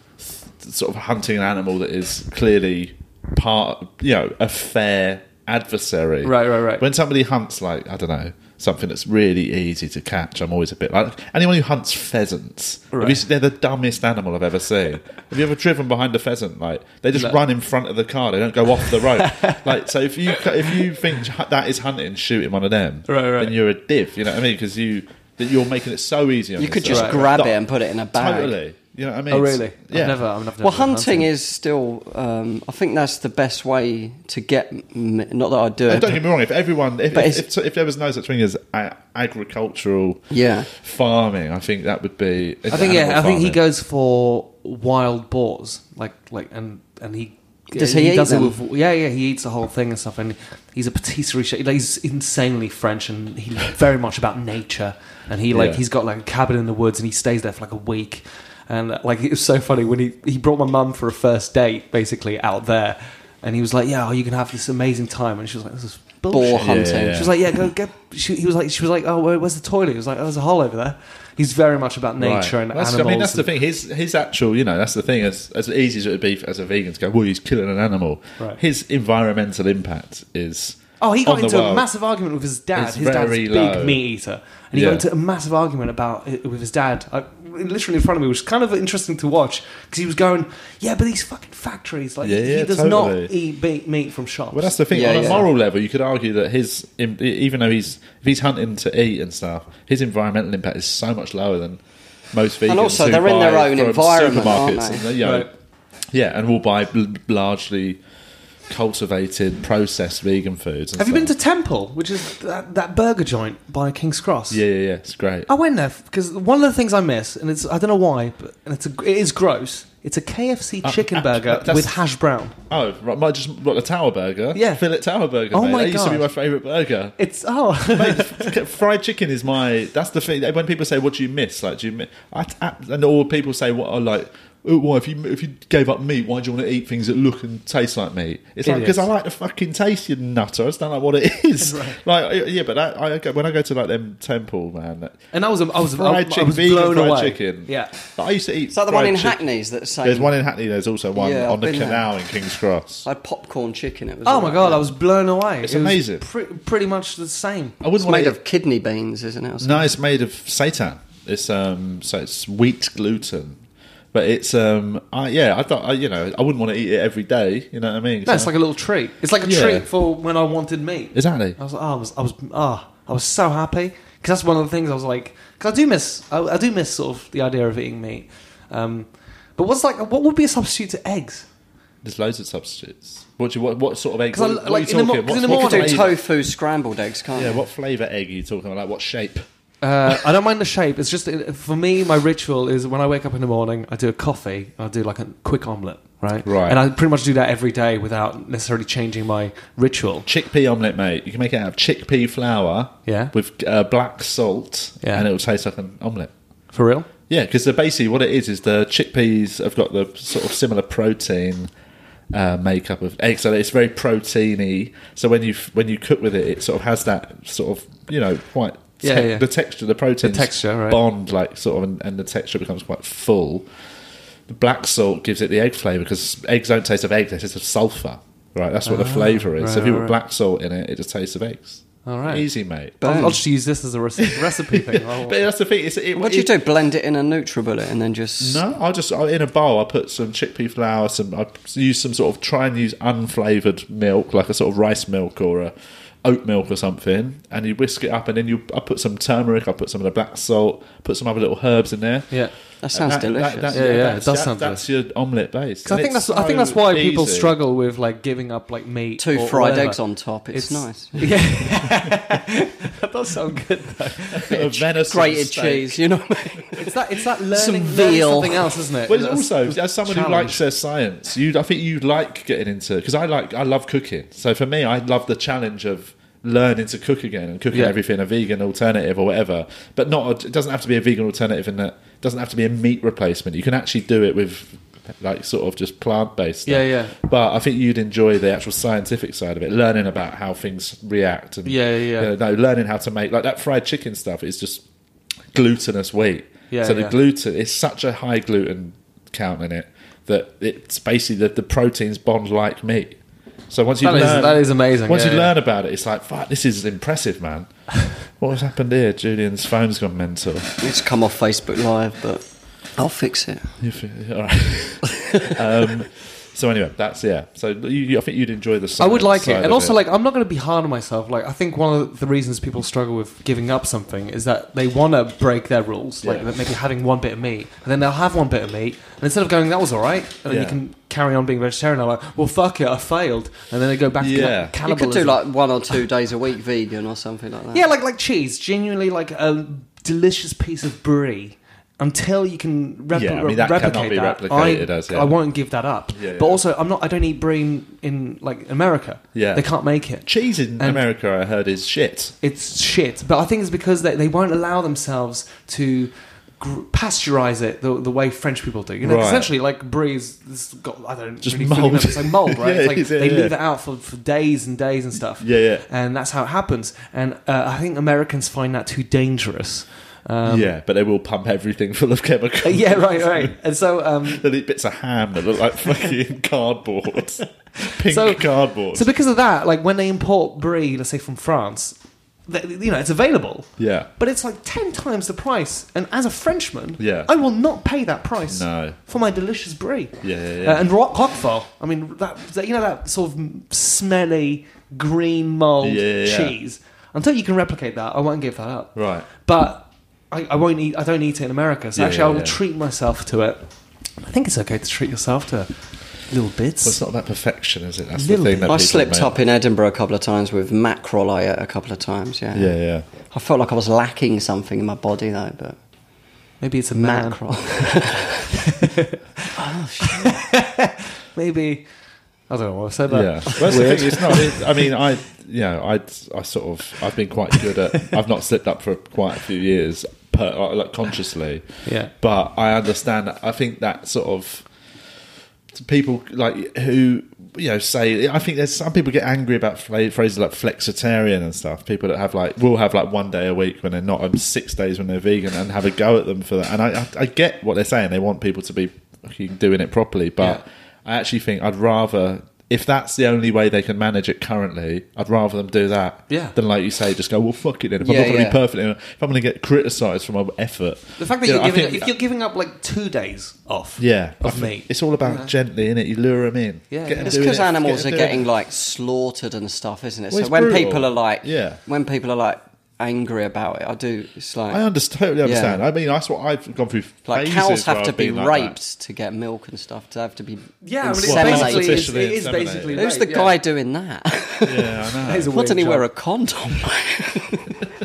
sort of hunting an animal that is clearly part you know a fair adversary
Right, right, right.
when somebody hunts like I don't know something that's really easy to catch I'm always a bit like anyone who hunts pheasants have you
Right.
seen- they're the dumbest animal I've ever seen. Have you ever driven behind a pheasant? Like they just
No.
run in front of the car. They don't go off the road. like so, if you if you think that is hunting, shoot him one of them.
Right, right.
Then you're a div. You know what I mean? Because you that you're making it so easy. On
You could
yourself.
just
Right.
grab
Like,
it and put it in a bag.
Totally. You know what I mean?
Oh, really?
Yeah.
I've never, I've never
Well,
done
hunting, is still. Um, I think that's the best way to get. m- Not that I do
And
it.
don't get me wrong. If everyone, if
But
if,
it's-
if, if there was no such thing as a- agricultural
Yeah.
farming, I think that would be.
I think yeah. I
animal
think he
farming.
goes for wild boars, like like and and he.
Does he eat
does
them?
it with yeah, yeah. He eats the whole thing and stuff, and he's a patisserie chef. Like, he's insanely French, and he very much about nature. And he like
Yeah.
he's got like a cabin in the woods, and he stays there for like a week. And uh, like it was so funny when he he brought my mum for a first date, basically out there, and he was like, "Yeah, oh, you can have this amazing time," and she was like, "This is
bullshit.
Boar hunting.
Yeah, yeah, yeah.
She was like, "Yeah, go get." She, he was like, "She was like, oh, where, where's the toilet?" He was like, "Oh, there's a hole over there." He's very much about nature and
That's-
animals.
I mean, that's
and-
the thing. His his actual, you know, that's the thing. As as easy as it would be as a vegan to go, well, he's killing an animal.
Right.
His environmental impact is
Oh, he
on
got
the
into a
world.
massive argument with his dad.
It's
his dad's
very
big
low.
meat eater, and he
Yeah.
got into a massive argument about it with his dad, uh, literally in front of me, which was kind of interesting to watch because he was going, "Yeah, but these fucking factories, like
Yeah,
he
yeah,
does
totally.
not eat be- meat from shops."
Well, that's the thing.
Yeah,
On a
yeah.
moral level, you could argue that his, im- e, even though he's if he's hunting to eat and stuff, his environmental impact is so much lower than most vegans.
And also,
who
they're in
buy
their own
from
environment, aren't
supermarkets
they?
and you know,
Right.
Yeah, and will buy l- largely cultivated, processed vegan foods. and
Have you
stuff.
been to Temple, which is that, that burger joint by King's Cross?
Yeah, yeah, yeah. It's great.
I went there because one of the things I miss, and it's I don't know why, but and it's a, it is gross. It's a KFC chicken
uh,
burger
that's-
with hash brown.
Oh, right, my, just what the Tower Burger.
Yeah.
Philip Tower Burger.
Oh
mate.
my
that used to be
God.
my favourite burger.
It's oh,
Fried chicken is my. That's the thing. When people say, "What do you miss?" Like, do you miss? I, I, and all people say, "What are like?" "Oh, Why, if you if you gave up meat, why do you want to eat things that look and taste like meat? It's like
Idiots.
because I like the fucking taste, you nutter. I just don't like what it is. Like, yeah, but that, I go, when I go to like them temple, man, that,
and I was I was, I,
fried
was- I
chicken,
was
vegan
blown
fried
away.
chicken.
Yeah,
Like, I used to eat.
Is that the one
fried
in
chick-
Hackney's that's saying
There's one in Hackney. There's also one
Yeah, I've
on the
been there.
canal in King's Cross.
like popcorn chicken? It was.
Oh
all
my
that,
god,
yeah.
I was blown away.
It's
It was
amazing.
pre- pretty much the same.
I wouldn't
It's
want
made
to
of kidney beans, isn't it? or something?
No, it's made of seitan. It's um, so it's wheat gluten, but it's um, I, yeah, I thought I, you know I wouldn't want to eat it every day. You know what I mean?
No, it's like a little treat. It's like a
Yeah.
treat for when I wanted meat.
exactly.
I was like, oh, I was, I was, ah, I was so happy because that's one of the things I was like, because I do miss, I, I do miss sort of the idea of eating meat. Um, but what's like, what would be a substitute to eggs?
There's loads of substitutes. What do you, what what sort of egg?
'Cause I-
What, what
like,
are
in
you
the mo-
talking?
'cause
What-
in the
what
You could do
flavour-
tofu scrambled eggs, can't
Yeah,
you?
what flavour egg are you talking about? Like what shape?
Uh, I don't mind the shape. It's just it, for me, my ritual is when I wake up in the morning, I do a coffee and I do like a quick omelette, right?
Right.
And I pretty much do that every day without necessarily changing my ritual.
Chickpea omelette, mate. You can make it out of chickpea flour,
Yeah.
with uh, black salt,
Yeah.
and it will taste like an omelette.
For real?
Yeah, because basically what it is is the chickpeas have got the sort of similar protein uh, makeup of eggs, so it's very proteiny. So when you when you cook with it, it sort of has that sort of you know quite
Yeah,
tec-
yeah.
the texture, the protein
texture, right.
bond like sort of, and, and the texture becomes quite full. The black salt gives it the egg flavour because eggs don't taste of egg; they taste of sulphur. Right, that's what the flavour is. so if
Ah, right,
you
right,
put black salt in it, it just tastes of eggs.
All right.
easy, mate.
But-
I'll, I'll just use this as a recipe, recipe thing. I'll-
But that's the thing. It's, it,
What do you
it-
do? Blend it in a NutriBullet and then just
No, I just I, in a bowl. I put some chickpea flour. Some I use some sort of try and use unflavoured milk, like a sort of rice milk or a oat milk or something, and you whisk it up, and then you I put some turmeric, I put some of the black salt, put some other little herbs in there.
yeah.
That sounds
And
delicious.
Yeah, yeah, it
that's-
does
that-
sound
That's your omelette base.
Because I think that's I think that's why people struggle with like giving up like meat.
Two
or
fried
whatever.
eggs on top. It's, nice.
Yeah, that does sound good. Though.
A venison
Grated
steak.
cheese, you know what I mean?
It's that it's that learning,
Some
learning
veal.
something else, isn't it?
But it's
That's-
also as someone who
challenge.
likes their science, you I think you like getting into because I like I love cooking. So for me, I love the challenge of learning to cook again and cooking
Yeah.
everything a vegan alternative or whatever. But not it doesn't have to be a vegan alternative in that it doesn't have to be a meat replacement. You can actually do it with like sort of just plant based.
Yeah, yeah.
But I think you'd enjoy the actual scientific side of it, learning about how things react and
Yeah, yeah, yeah.
you know, no, learning how to make like that fried chicken stuff is just glutinous wheat.
Yeah,
so the
yeah.
gluten is such a high gluten count in it that it's basically that the proteins bond like meat. So once you
That is-
learn,
that is amazing,
Once
yeah,
you
yeah.
learn about it, it's like, fuck, this is impressive, man. what has happened here? Julian's phone's gone mental.
It's come off Facebook Live, but I'll fix it.
You f- All right. um, so anyway, that's yeah. So you, you, I think you'd enjoy the.
I would
science
like it,
side
and
of
also like I'm not going to be hard on myself. Like I think one of the reasons people struggle with giving up something is that they want to break their rules, like
Yeah.
maybe having one bit of meat, and then they'll have one bit of meat, and instead of going that was all right, and then
Yeah.
you can carry on being vegetarian, they're like, well, fuck it, I failed, and then they go back
Yeah.
to ca-
You
cannibalism.
could do like one or two days a week vegan or something like that.
Yeah, like like cheese, genuinely like a delicious piece of brie. Until you can rep-
Yeah, I mean, that
replicate
cannot be
that,
replicated
I,
as, yeah.
I won't give that up.
Yeah, yeah.
But also, I'm not. I don't eat brie in, in like America.
Yeah.
they can't make it.
cheese in
and-
America. I heard is shit.
It's shit. But I think it's because they, they won't allow themselves to gr- pasteurize it the, the way French people do. You know,
Right.
essentially, like breeze, this has got I don't
Just
really fully
mould.
know, It's like mold, right?
Yeah,
it's like
it is, yeah,
they
yeah.
leave it out for, for days and days and stuff.
Yeah, yeah.
And that's how it happens. And uh, I think Americans find that too dangerous. Um,
yeah, but they will pump everything full of chemicals.
yeah, right, right. And so, um,
They eat bits of ham that look like fucking cardboard, pink
so
cardboard.
So because of that, like when they import brie, let's say from France, th- you know it's available.
yeah,
But it's like ten times the price, and as a Frenchman,
Yeah.
I will not pay that price
No.
for my delicious brie.
Yeah, yeah, yeah.
Uh, and rock Roquefort. I mean, that, that- you know that sort of smelly green mold
Yeah, yeah, yeah.
cheese. Until you can replicate that, I won't give that up.
Right.
But I, I won't eat. I don't eat it in America. So
Yeah,
actually,
yeah,
I will
yeah.
treat myself to it. I think it's okay to treat yourself to little bits.
Well, it's not about perfection, is it? That's
Little
the thing
bit.
that
I
people
slipped
make.
up in Edinburgh a couple of times with mackerel. I ate a couple of times. Yeah.
Yeah, yeah.
I felt like I was lacking something in my body though, but
Maybe it's a man.
mackerel.
Maybe I don't know what I said. That.
Yeah, well, that's the thing. It's not. It, I mean, I you know, I I sort of I've been quite good at. I've not slipped up for quite a few years, per, like consciously.
Yeah.
but I understand. that- I think that sort of people like who you know say i think there's some people get angry about fla- phrases like flexitarian and stuff people that have like will have like one day a week when they're not and six days when they're vegan and have a go at them for that and i i, I get what they're saying they want people to be fucking doing it properly but
Yeah.
i actually think i'd rather if that's the only way they can manage it currently, I'd rather them do that
Yeah.
than, like you say, just go, well, fuck it then. If
Yeah,
I'm not going to
yeah.
be perfect, then if I'm going to get criticised for my effort.
The fact that
you
you're
know, I
giving,
think
if you're giving up like two days off,
yeah, I
of
think
meat,
It's all about gently, innit? You lure them in.
Yeah,
Get
yeah.
'em
It's
doing
because
it,
animals
get
are
'em doing
getting
it.
like slaughtered and stuff, isn't it? so
Well, it's
when
brutal.
people are like,
Yeah.
when people are like angry about it, I do. It's like
I understand, totally understand.
Yeah.
I mean, that's what I've gone through.
like
phases
cows
where
have to
I've
be
been like
raped
that.
to get milk and stuff. To have to be
yeah, I mean, it's
Well,
inseminated.
basically, it's,
artificially
it is
inseminated. Ah.
basically rape,
Who's the
yeah.
guy doing that?
Yeah, I know.
That is a
Why
weird
doesn't he wear a
job.
condom?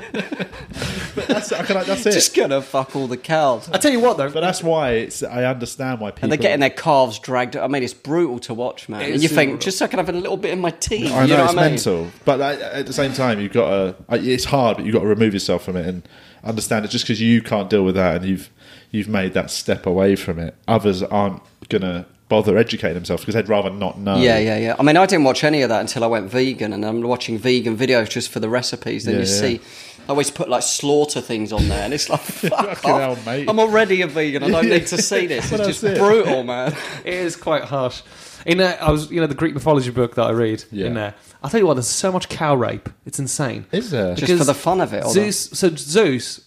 that's, I can, like, that's it.
Just gonna fuck all the cows.
I tell you what, though,
but that's why it's. I understand why people.
And they're getting their calves dragged. I mean, it's brutal to watch, man.
It
And
is
you think,
brutal.
just so I can have a little bit in my tea.
I know,
you know
it's
what I mean?
mental, but like, at the same time, you've got to. like, It's hard, but you've got to remove yourself from it and understand it. Just because you can't deal with that and you've you've made that step away from it, others aren't gonna bother educating themselves because they'd rather not know.
Yeah, yeah, yeah. I mean, I didn't watch any of that until I went vegan, and I'm watching vegan videos just for the recipes. Then
Yeah,
you
yeah.
see, I always put like slaughter things on there, and it's like, fuck
Fucking
off.
hell, mate.
I'm already a vegan. I don't
Yeah.
need to see this.
Well,
It's just
that's it.
brutal, man.
it is quite harsh. In uh, I was, you know, the Greek mythology book that I read.
Yeah.
In there, I'll tell you what, there's so much cow rape. It's insane.
Is there?
Just for the fun of it, or the-
Zeus. So Zeus,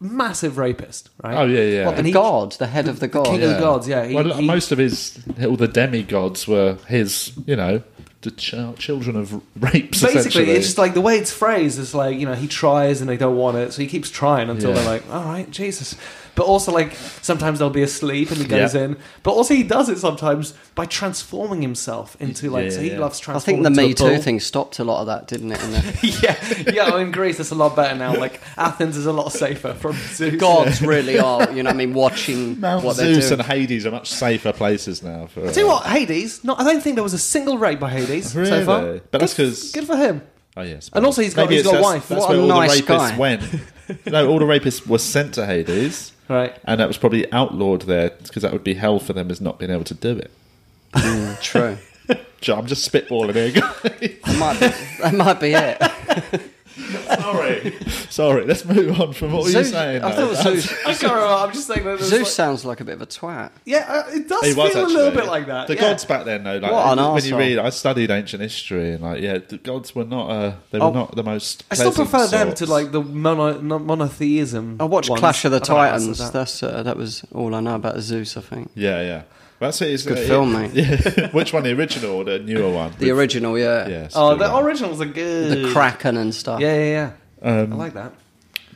massive rapist, right?
Oh, yeah, yeah. What,
The god, the head of the god.
king of the gods. Yeah. He,
well,
he-
most of his all the demigods were his. You know, the ch- children of rapes.
basically,
essentially.
it's just like the way it's phrased is like you know he tries and they don't want it, so he keeps trying until
Yeah.
they're like, all right, Jesus. But also like sometimes they'll be asleep and he goes
Yeah.
in. But also he does it sometimes by transforming himself into like so he
yeah.
loves
I think
transforming.
the Me
into a
Too
bull.
thing stopped a lot of that, didn't it? And the
yeah, yeah. In Greece, it's a lot better now. Like Athens is a lot safer from Zeus.
gods really are, you know, what I mean, watching
Mount
what they're
Zeus
doing.
and Hades are much safer places now. For,
Tell you what, Hades. Not, I don't think there was a single rape by Hades so
Really?
far.
But
Good
that's
f-
'cause-
good for him.
Oh yes,
And also he's got-
Maybe
he's
it's-
got a wife.
that's- That's
What
where
a
all
nice
the rapists
guy.
went. no, all the rapists were sent to Hades,
Right.
and that was probably outlawed there because that would be hell for them as not being able to do it.
Mm, True.
So I'm just spitballing here. guys.
That might be, that might be it.
Sorry, sorry. Let's move on from what were you
Zeus,
saying.
I
though?
thought Zeus,
I can't remember. I'm just saying that. there's,
Zeus
like-
sounds like a bit of a twat.
yeah, uh, it does
He
feel
was
a
actually.
little bit like that.
The
yeah.
gods back then, though, like
What an
when you
arsehole.
read, I studied ancient history, and like yeah, the gods were not uh, they were
Oh.
not the most.
I still
pleasant
prefer them
sorts.
to like the mono, no- monotheism.
I watched
ones.
Clash of the
I don't know how to say
Titans.
that.
That's uh, that was all I know about Zeus. I think
Yeah, yeah. That's it. It's,
good
uh,
film, mate.
yeah. Which one, the original or the newer one?
The original, yeah.
Yeah. it's
Oh,
good
the
one.
originals are good.
The Um, Kraken and stuff.
Yeah, yeah, yeah. I like that.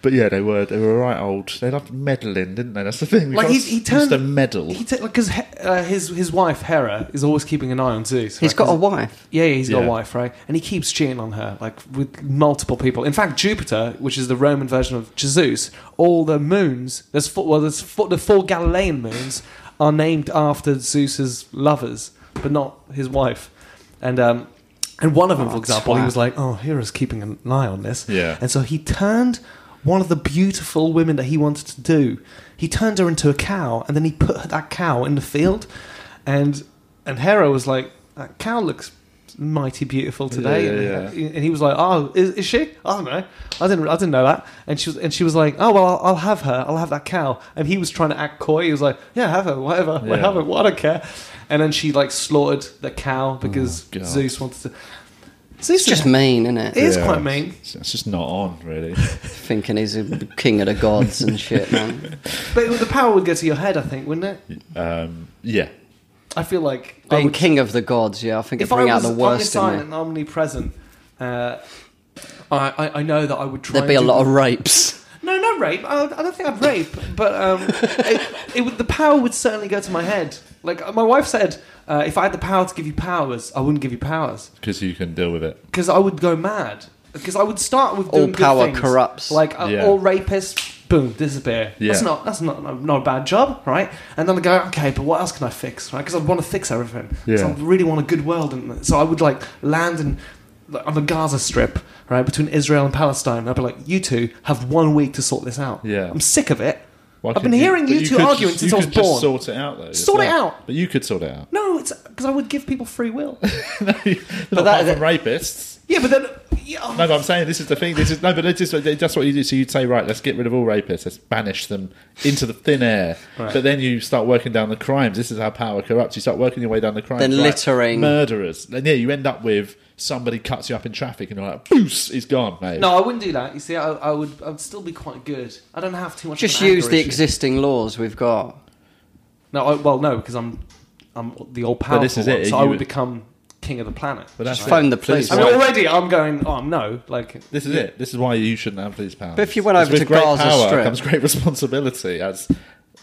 But yeah, they were they were right old. They loved meddling, didn't they? That's the thing.
Like he,
he's
he turned
a medal.
He t- like because uh, his his wife Hera is always keeping an eye on Zeus.
He's
right?
got a
'Cause-
wife.
Yeah, yeah, he's got
Yeah.
a wife, right? And he keeps cheating on her, like with multiple people. In fact, Jupiter, which is the Roman version of Jesus, all the moons, there's four, well, there's four, the four Galilean moons are named after Zeus's lovers, but not his wife. And um, and one of them,
Oh,
for example, he
twat.
was like, "Oh, Hera's keeping an eye on this,"
Yeah.
and so he turned one of the beautiful women that he wanted to do. He turned her into a cow, and then he put that cow in the field, and and Hera was like, "That cow looks mighty beautiful today,"
Yeah,
and,
yeah,
he- and he was like, "Oh, is, is she? I don't know. I didn't I didn't know that." And she was and she was like, "Oh well, I'll, I'll have her. I'll have that cow." And he was trying to act coy. He was like, "Yeah, have her, whatever,
Yeah.
have her, what I don't care." And then she like slaughtered the cow because
Oh, God.
Zeus wanted to. Zeus
It's just mean, isn't it?
It is quite mean.
It's, it's just not on, really.
Thinking he's a king of the gods and shit, man.
But it- the power would get to your head, I think, wouldn't it?
um, yeah.
I feel like I
Being
would-
Oh, king of the gods, yeah, I think it
if I
bring out
was
the worst in
omniscient
there.
and omnipresent, uh, I, I I know that I would try.
There'd be a
and do-
lot of rapes.
no, not rape. I, I don't think I'd rape, but um, it, it would, the power would certainly go to my head. Like my wife said, uh, if I had the power to give you powers, I wouldn't give you powers
Because you can deal with it.
because I would go mad. Because I would start with
All
doing good
power
things.
corrupts.
Like uh,
Yeah.
all rapists, boom, disappear. That's
Yeah.
not that's not not a bad job, right? And then I go, okay, but what else can I fix, right? Because I want to fix everything.
Yeah.
So I really want a good world, and so I would like land in like, on the Gaza Strip, right, between Israel and Palestine. And I'd be like, you two have one week to sort this out.
Yeah.
I'm sick of it.
Why
I've
couldn't
been hearing
but
you, two
could
arguing
just-
since
you
I was
could just
born.
sort it out, though.
Sort it
yourself.
out.
But you could sort it out.
no, it's because I would give people free will.
but
that-
apart from rapists.
yeah, but then yeah, oh,
No, but I'm saying this is the thing. This is no, but it's just, that's what you do. So you'd say, right, let's get rid of all rapists. Let's banish them into the thin air.
Right.
But then you start working down the crimes. This is how power corrupts. You start working your way down the crimes.
Then
right?
littering.
murderers. And yeah, you end up with somebody cuts you up in traffic, and you're like, boos, he's gone, mate.
No, I wouldn't do that. You see, I, I would. I'd still be quite good. I don't have too much.
Just
of an anger
use the
issue.
existing laws we've got.
No, I, well, no, because I'm, I'm the all powerful.
But this is
one,
it,
So
you
I would
would-
become king of the planet.
But that's
Just
it.
phone the
This
police.
is
I mean,
why-
already I'm going. Oh no, like
This is it. This is why you shouldn't have these powers.
But if you went
'Cause
over
with
to
great
Gaza
power
Strip-
comes great responsibility, as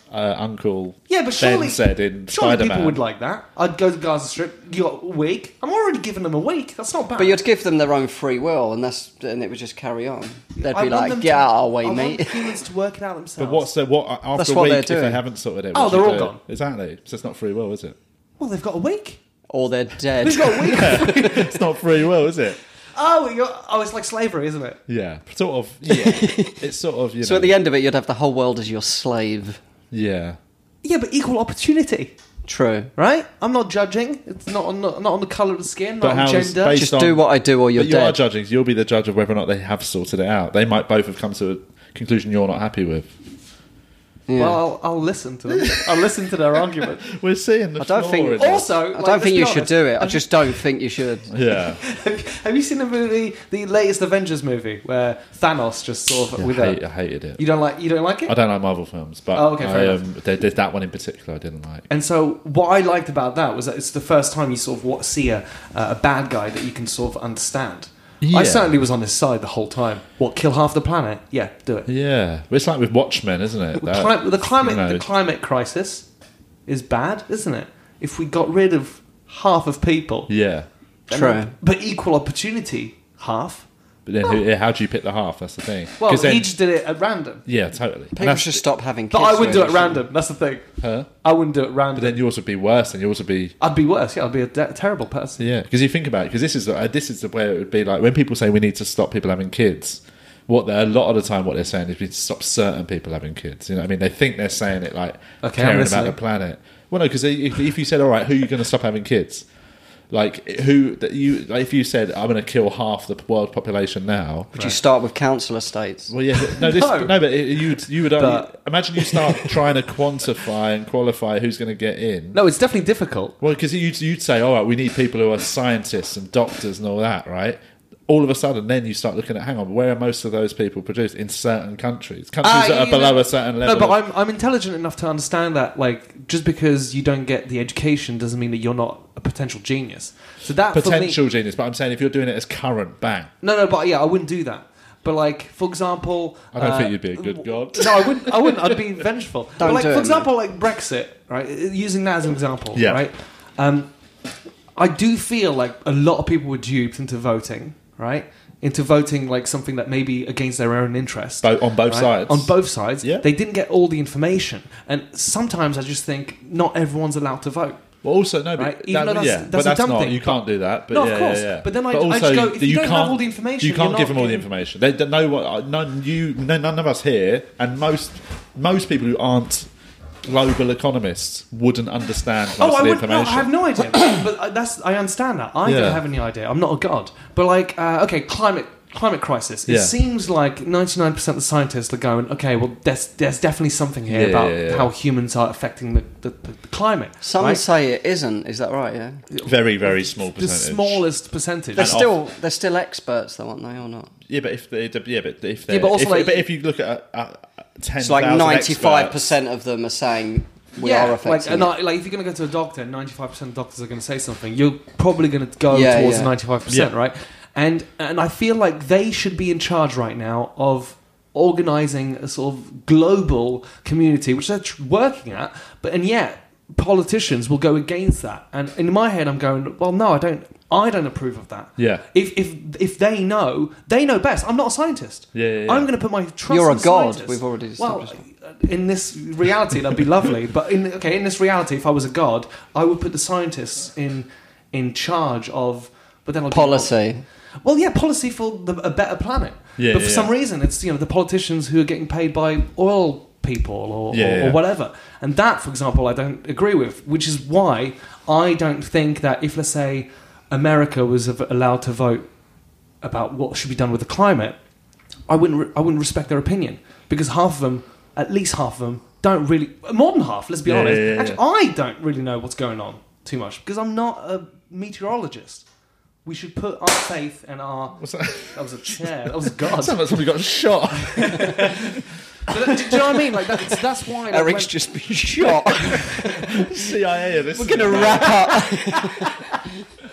uh, Uncle
yeah, but
Ben
surely
said in
surely
Spider Man.
people would like that. I'd go to Gaza Strip. You got a week. I'm already giving them a week. That's not bad.
But you'd give them their own free will, and that's and it would just carry on. They'd
I
be
want
like,
them
"Get
to-
out of our way,
I
mate."
Want humans to work it out themselves.
but what's the what after
That's
a
what
week
they're
if they
doing.
haven't sorted it?
Oh,
what do
they're
you
all
do?
gone.
Exactly. So it's not free will, is it?
Well, they've got a week.
or they're dead.
They've got a week.
it's not free will, is it?
oh, you're, oh, it's like slavery, isn't it?
Yeah, sort of. Yeah, it's sort of. You
so
know,
at the end of it, you'd have the whole world as your slave.
yeah,
Yeah, but equal opportunity.
True.
Right? I'm not judging. It's not on the, not on the colour of the skin,
But
not on
how is
gender.
based
Just
on-
do what I do, or you're
but you are
dead.
judging. You'll be the judge of whether or not they have sorted it out. They might both have come to a conclusion you're not happy with.
Yeah.
Well, I'll, I'll listen to them. I'll listen to their argument.
We're seeing. The
I don't think-
flaw in this.
Also,
I
like,
don't
let's
think
be
you
honest,
should do it. I just don't think you should.
Yeah,
Have, you- have you seen the movie, the latest Avengers movie, where Thanos just sort of
Yeah,
with
I, hate,
a,
I hated it.
you don't like you don't like it?
I don't like Marvel films, but
Oh, okay, fair
I,
enough.
um, there, there's that one in particular I didn't like.
And so, what I liked about that was that it's the first time you sort of wa- see a, uh, a bad guy that you can sort of understand. I
Yeah.
certainly was on his side the whole time. What kill half the planet? Yeah, do it.
Yeah, it's like with Watchmen, isn't it? That-
Clim- the climate,
you know,
the climate crisis, is bad, isn't it? If we got rid of half of people,
yeah,
then-
True.
but equal opportunity, half.
but then who, how do you pick the half? That's the thing.
Well,
'Cause then-
he just did it at random.
yeah, totally. And
People
that's-
should stop having kids.
But I wouldn't do it
really,
at
shouldn't
random. That's the thing.
Huh?
I wouldn't do it
But
random.
then yours would be worse, and yours would be
I'd be worse. Yeah, I'd be a de- terrible person.
yeah. Because you think about it, because this is uh, this is the way it would be like when people say we need to stop people having kids. What they're, a lot of the time, what they're saying is we need to stop certain people having kids. You know, what I mean, they think they're saying it like
Okay, I'm
caring
listening.
about the planet. Well, no, because if, if you said, "All right, who are you going to stop having kids?" Like who that you like, if you said, "I'm going to kill half the world population now,"
you? Would you start with council estates?
Well, yeah, no, this,
No.
no. but it- you would- you would only,
But-
imagine you start trying to quantify and qualify who's going to get in.
No, it's definitely difficult.
Well, because you'd, you'd say, all right, we need people who are scientists and doctors and all that, right? All of a sudden, then you start looking at, hang on, where are most of those people produced in certain countries? Countries
Ah,
that
you
are below
know-
a certain
No,
level.
but I'm
of-
I'm intelligent enough to understand that like just because you don't get the education doesn't mean that you're not a potential genius. So that for me,
potential genius. But I'm saying if you're doing it as current, bang.
No, no, but yeah, I wouldn't do that. But like, for example,
I don't
uh,
think you'd be a good god.
No, I wouldn't. I wouldn't. I'd be vengeful. but
Don't
like,
do
for
it,
example, like Brexit, right? Using that as an example,
Yeah.
right? Um, I do feel like a lot of people were duped into voting, right? Into voting like something that may be against their own interest.
Bo- on both sides.
On both sides.
Yeah.
They didn't get all the information. And sometimes I just think not everyone's allowed to vote.
Well, also no, but
Right?
that-
Even though that's-
yeah,
that's
but
a
that's
dumb
not.
thing,
You can't do that. But
No, of
yeah,
course.
Yeah, yeah.
But then I- I just go, if you don't have all the information,
you can't
you're
give them
not
all the
getting-
information. They don't know what none you no, none of us here and most most people who aren't global economists wouldn't understand most
Oh,
of
I
the
would. No, I
information.
have no idea. but I- that's I understand that. I
Yeah.
don't have any idea. I'm not a god. But like, uh, okay, climate climate crisis. It
Yeah.
seems like 99% of the scientists are going, okay, well, there's there's definitely something here
Yeah,
about
yeah, yeah.
how humans are affecting the, the, the, the climate.
Some
right?
say it isn't. Is that right? Yeah.
very very small
the
percentage.
smallest percentage.
They're
off-
still they're still experts though, aren't they, or not?
Yeah, but if they, yeah, but if they,
Yeah, but also
if,
like-
but if you look at uh, uh, ten,
It's like ninety five percent of them are saying we
yeah,
are
like,
affecting.
and
it.
I- like if you're going to go to a doctor, 95% of doctors are going to say something. You're probably going to go
Yeah,
towards
yeah.
95%,
Yeah.
right? And and I feel like they should be in charge right now of organizing a sort of global community, which they're tr- working at. But and yet politicians will go against that. And in my head, I'm going, well, no, I don't. I don't approve of that.
Yeah.
If if if they know, they know best. I'm not a scientist.
Yeah, yeah, yeah.
I'm going to put my trust.
You're a
in
god.
scientists.
We've already
Well,
established
in this reality that'd be lovely but in okay in this reality if i was a god i would put the scientists in in charge of but then I'll
Policy.
well yeah policy for the, a better planet
Yeah,
but for
yeah,
some
yeah.
reason it's you know the politicians who are getting paid by oil people or,
Yeah,
or,
yeah.
or whatever and that for example i don't agree with which is why i don't think that if let's say america was av- allowed to vote about what should be done with the climate I wouldn't re- I wouldn't respect their opinion because half of them, at least half of them, don't really more than half. Let's be
Yeah,
honest.
yeah, yeah,
Actually, I don't really know what's going on too much because I'm not a meteorologist. We should put our faith and our.
What's that?
That was a chair. That was God.
Sounds like somebody got shot.
But that- do, do you know what I mean? Like that, it's- that's why. Like, when-
just been shot.
CIA. This
We're gonna wrap up.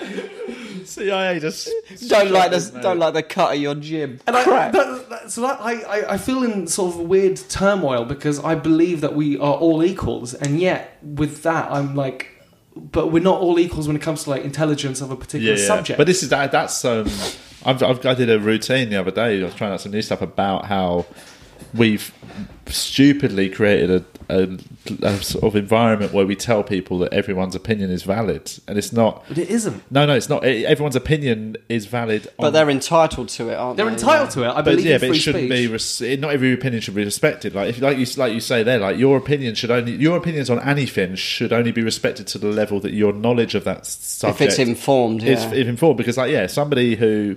CIA just
don't like this. Don't like the cut of your jib.
and I,
Crap.
that, that, so that, I, I, I feel in sort of a weird turmoil because I believe that we are all equals, and yet with that I'm like, but we're not all equals when it comes to like intelligence of a particular subject.
But this is that. That's um. I've, I've I did a routine the other day. I was trying out some new stuff about how we've stupidly created a, a, a sort of environment where we tell people that everyone's opinion is valid, and it's not.
but it isn't.
No, no, it's not. It, everyone's opinion is valid.
But
on,
they're entitled to it, aren't
They're
they?
entitled to it. I
But
believe
yeah,
in
but
free
it shouldn't
speech.
be. Res- it- not every opinion should be respected. Like if, like you, like you say there, like your opinion should only your opinions on anything should only be respected to the level that your knowledge of that s-
If
subject
it's informed, yeah.
is is informed because like yeah somebody who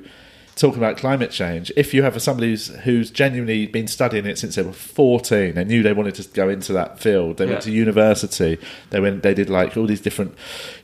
talking about climate change if you have somebody who's, who's genuinely been studying it since they were 14 they knew they wanted to go into that field they
Yeah.
went to university they went they did like all these different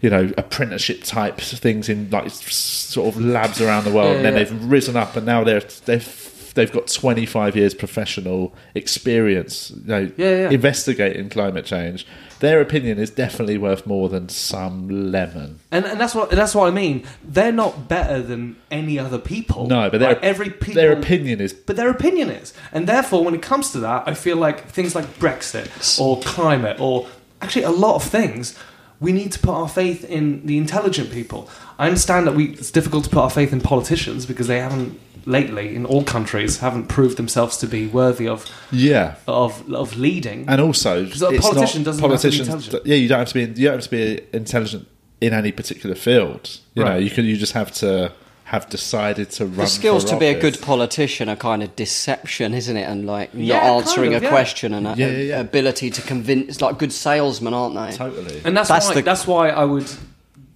you know apprenticeship types things in like s- sort of labs around the world and then
Yeah, yeah.
they've risen up and now they're they've they've got 25 years professional experience you know,
Yeah, yeah.
investigating climate change their opinion is definitely worth more than some lemon
and and that's what that's what I mean. They're not better than any other people.
No, but
they're
their,
every people.
their opinion is
but their opinion is, and therefore, when it comes to that, I feel like things like Brexit or climate or actually a lot of things, we need to put our faith in the intelligent people. I understand that we it's difficult to put our faith in politicians because they haven't lately in all countries haven't proved themselves to be worthy of
yeah.
of of leading.
And also,
a
it's
politician doesn't
not,
have to be
politicians.
intelligent.
Yeah, you don't have to be. You don't have to be intelligent in any particular field. You know,
Right.
you can. You just have to have decided to run.
the skills
for
to be a
office.
good politician are kind of deception, isn't it? And like not
Yeah, kind
answering
of,
a
yeah.
question and a,
Yeah, yeah, yeah.
ability to convince, like good salesmen, aren't they?
Totally.
and that's,
That's
why
the-
that's why I would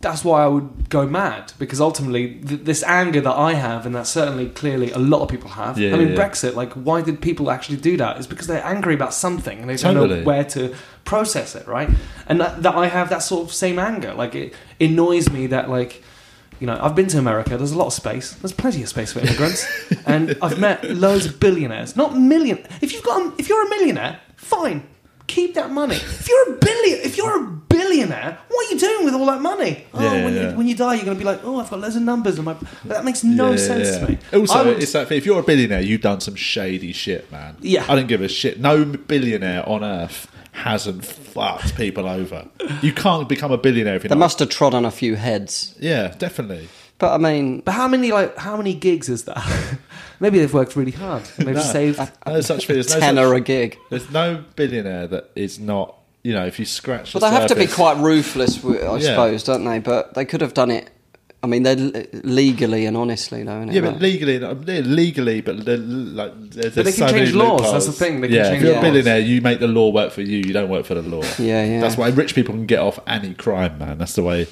that's why I would go mad because ultimately th- this anger that I have and that certainly clearly a lot of people have.
Yeah,
I mean
yeah.
Brexit, like why did people actually do that? It's because they're angry about something and they don't
Totally.
know where to process it, right? And that, that I have that sort of same anger. Like it annoys me that like you know, I've been to America. There's a lot of space. There's plenty of space for immigrants, and I've met loads of billionaires. Not million. If you've got, a- if you're a millionaire, fine, keep that money. If you're a billion, if you're a billionaire, what are you doing with all that money? Oh,
Yeah,
when,
yeah.
You, when you die, you're going to be like, oh, I've got loads of numbers, and my that makes no
Yeah,
sense
yeah.
to me. I
Also,
would-
it's that thing, if you're a billionaire, you've done some shady shit, man.
Yeah.
I don't give a shit. No billionaire on earth hasn't fucked people over. You can't become a billionaire if you're
They
not.
must have trod on a few heads.
yeah, definitely.
But I mean,
but how many like how many gigs is that? Maybe they've worked really hard. and They've
No.
saved.
No such thing. There's no
tenner
such-
a gig.
There's no billionaire that is not you know, if you scratch.
But
the
they have to be
surface-
quite ruthless, wi- I
Yeah.
suppose, don't they? But they could have done it. I mean, they're l- legally and honestly, though. Innit?
Yeah, but
Like-
legally, legally, but they're, like, there's
But they
so
can
many
change laws, that's
loopholes.
the thing, they can
yeah,
change
if you're
laws.
a billionaire, you make the law work for you. You don't work for the law.
Yeah, yeah.
That's why rich people can get off any crime, man. That's the way.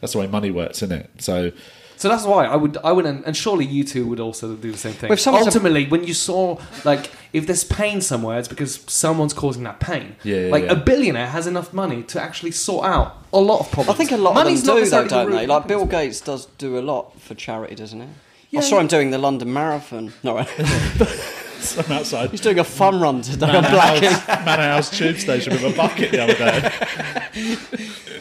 That's the way money works, isn't it? So
So that's why I would, I would, and and surely you two would also do the same thing.
If someone's-
Ultimately, when you saw like if there's pain somewhere, it's because someone's causing that pain.
Yeah, yeah,
like
yeah.
a billionaire has enough money to actually sort out a lot of
I
problems.
think a lot
Money's
of them do,
not
though,
necessarily
don't
the
they?
root
Like
cause.
Bill Gates does do a lot for charity, doesn't he?
Yeah,
I saw
yeah.
him doing the London Marathon. No, right.
I'm outside.
he's doing a fun run today on
Manor
Black.
House, Manor House tube station with a bucket the other day.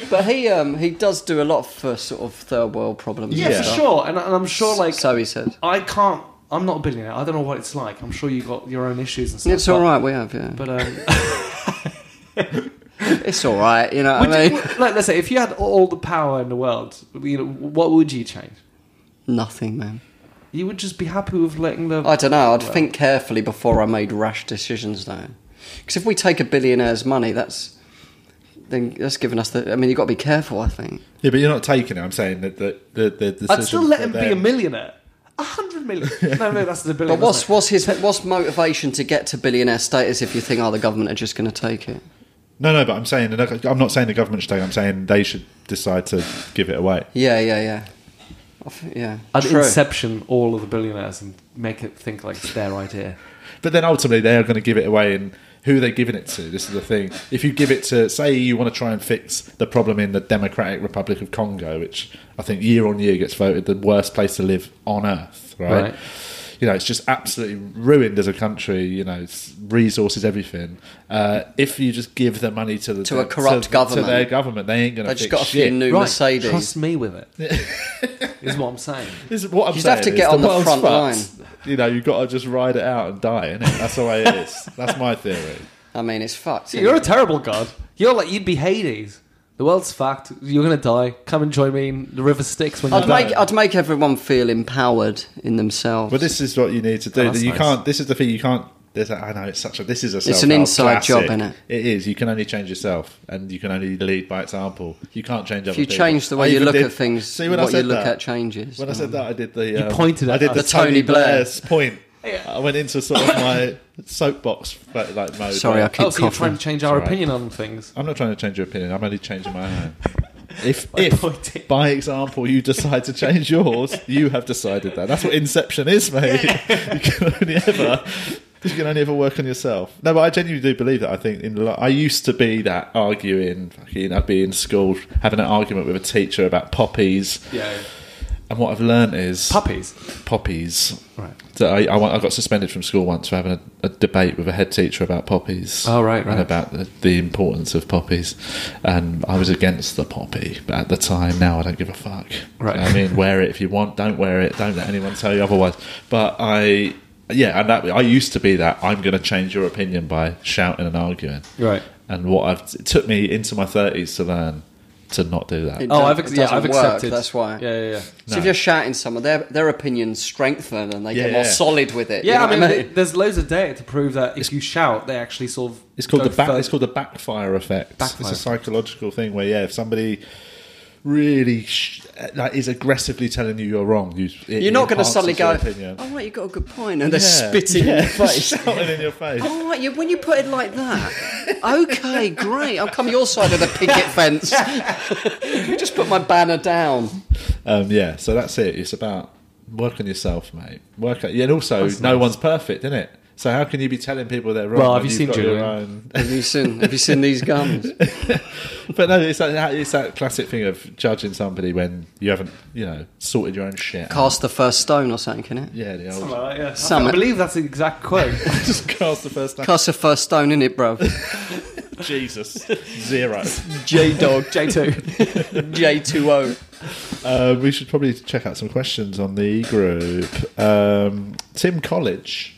But he um, he does do a lot for sort of third world problems.
Yeah,
and
Yeah.
for
stuff.
sure. And, and I'm sure, like,
so he said.
I can't. I'm not a billionaire. I don't know what it's like. I'm sure you got your own issues and stuff.
It's
but-
all right. We have yeah.
But um,
it's all right. You know what
would
I
you-
mean?
like, let's say if you had all the power in the world, you know, what would you change?
Nothing, man.
You would just be happy with letting the.
I don't know. I'd
Well.
think carefully before I made rash decisions, though, because if we take a billionaire's money, that's then that's giving us the. I mean, you've got to be careful. I think.
Yeah, but you're not taking it. I'm saying that the the, the decision.
I'd still let
for
him be
them-
a millionaire. A hundred million. No, no, that's the billion.
But what's
isn't it?
what's his what's motivation to get to billionaire status if you think, oh, the government are just going to take it?
No, no, but I'm saying I'm not saying the government should take. it. I'm saying they should decide to give it away.
Yeah, yeah, yeah. I think- yeah,
I'd
true.
inception all of the billionaires and make it think like it's their idea.
But then ultimately, they are going to give it away, and who are they giving it to? This is the thing. If you give it to, say, you want to try and fix the problem in the Democratic Republic of Congo, which I think year on year gets voted the worst place to live on earth, right?
Right.
You know, it's just absolutely ruined as a country. You know, it's resources, everything. Uh, if you just give the money to the
To a corrupt
to,
government.
to their government, they ain't going
They
to
just
fix
got a few
shit.
new Mercedes.
Trust me with it. is what I'm saying.
This is what I'm
You just
saying.
have to
is
get on the
world's
front
fucked. You know, you've got to just ride it out and die, innit? That's the way it is. That's my theory.
I mean, it's fucked.
You're a
innit?
terrible god. You're like you'd be Hades. The world's fucked. You're gonna die. Come and join me in the river Styx when you
I'd
die.
make I'd make everyone feel empowered in themselves.
But this is what you need to do.
Oh, that's
you
nice.
can't. This is the thing. You can't. There's a, I know it's such a. This is a.
an
self-help
inside job, innit?
classic. It is. You can only change yourself, and you can only lead by example. You can't change. If
you change the way you look at things,
See when
what
I
you
said
look
that-
at changes.
When I
Um,
said that, I did the. um,
pointed at
I did
us.
the,
The
Tony,
Tony Blair.
Blair's point.
Yeah.
I went into sort of my soapbox like like, mode.
Sorry,
where-
I keep
oh, so you're trying
coughing.
to change our
It's all right.
opinion on things.
I'm not trying to change your opinion. I'm only changing my own. If,
By pointing.
if by example you decide to change yours, you have decided that. That's what inception is, mate. You can only ever you can only ever work on yourself. No, but I genuinely do believe that. I think in li- I used to be that arguing. Fucking, I'd be in school having an argument with a teacher about poppies,
Yeah.
and what I've learned is
Puppies.
poppies.
Right.
So I, I, wa- I got suspended from school once for having a, a debate with a head teacher about poppies.
Oh, right, right.
And about the, the importance of poppies. And I was against the poppy but at the time. Now I don't give a fuck.
Right.
I mean, wear it if you want. Don't wear it. Don't let anyone tell you otherwise. But I, yeah, and that, I used to be that. I'm going to change your opinion by shouting and arguing.
Right.
And what I've, it took me into my 30s to learn to not do that.
It
Oh,
don't-
I've
it
ex- yeah,
doesn't
I've
work,
accepted.
that's why.
Yeah, yeah, yeah.
So if you're shouting someone, their their opinions strengthen and they get
Yeah,
more
yeah.
solid with it. you
Yeah,
know
I mean,
what
th- there's loads of data to prove that if you shout, they actually sort of.
It's called
go
the back,
further.
it's called the backfire effect.
Backfire.
It's a psychological thing where yeah, if somebody really sh- like is aggressively telling you you're wrong, you, it
You're not going to
enhances
suddenly
your
go,
opinion.
oh, right, you got a good point, and they're
Yeah.
spitting in your face.
shouting in your face.
Oh, right, you, when you put it like that, okay, great. I'll come your side of the picket fence. you just put my banner down.
Um, yeah, so that's it. It's about work on yourself, mate. Work, on, yeah, and also no one's perfect, isn't it? So how can you be telling people they're wrong?
Well, have
when
you seen
you've got your
Julian?
own-
Have you seen? Have you seen these gums?
But no, it's that it's that classic thing of judging somebody when you haven't, you know, sorted your own shit. out.
Cast the first stone or something, can it?
yeah, the old
Something like that, yeah.
Some-
I can't believe that's the exact quote.
just cast the first time.
Cast the first stone in it, bro.
Jesus, zero.
J Dog, J2.
J two O.
Uh, we should probably check out some questions on the group. Um, Tim College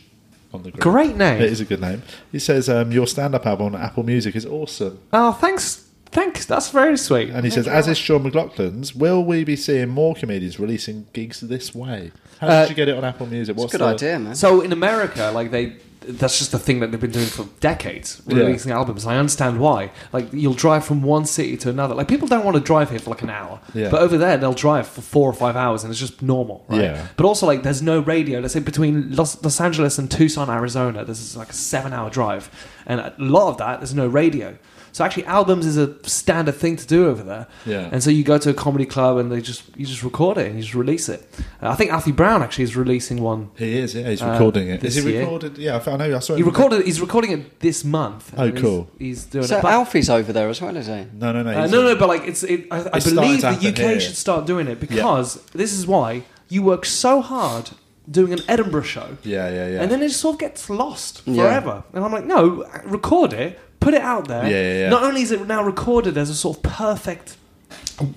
on the group.
Great name.
It is a good name. He says um, your stand-up album on Apple Music is awesome,
Oh, thanks. Thanks. That's very sweet.
and he says, as is Sean McLaughlin's, will we be seeing more comedians releasing gigs this way? How
Uh,
did you get it on Apple Music? What's
Good
the-
idea, man.
So in America, like they that's just the thing that they've been doing for decades,
Yeah.
releasing albums. I understand why. Like you'll drive from one city to another. Like people don't want to drive here for like an hour,
Yeah.
but over there they'll drive for four or five hours, and it's just normal, right?
Yeah.
But also like there's no radio. Let's say between Los, Los Angeles and Tucson, Arizona, this is like a seven-hour drive, and a lot of that there's no radio. So actually, albums is a standard thing to do over there.
Yeah.
And so you go to a comedy club and they just you just record it and you just release it. Uh, I think Alfie Brown actually is releasing one.
He is, yeah. He's
Uh,
recording it.
this
Is he
year.
recorded? Yeah, I found- I know. I saw
He
him.
recorded. He's recording it this month.
Oh,
and he's-
cool.
He's, doing
So
it. But,
Alfie's over there as well, is he?
No, no, no.
uh,
he's-
no, no, but like it's. It, I, I
It started
believe
up
the
in
UK
here.
should start doing it because this is why you work so hard doing an Edinburgh show,
Yeah, yeah, yeah.
and then it sort of gets lost
Yeah.
forever. And I'm like, no, record it, put it out there.
Yeah, yeah, yeah.
Not only is it now recorded as a sort of perfect,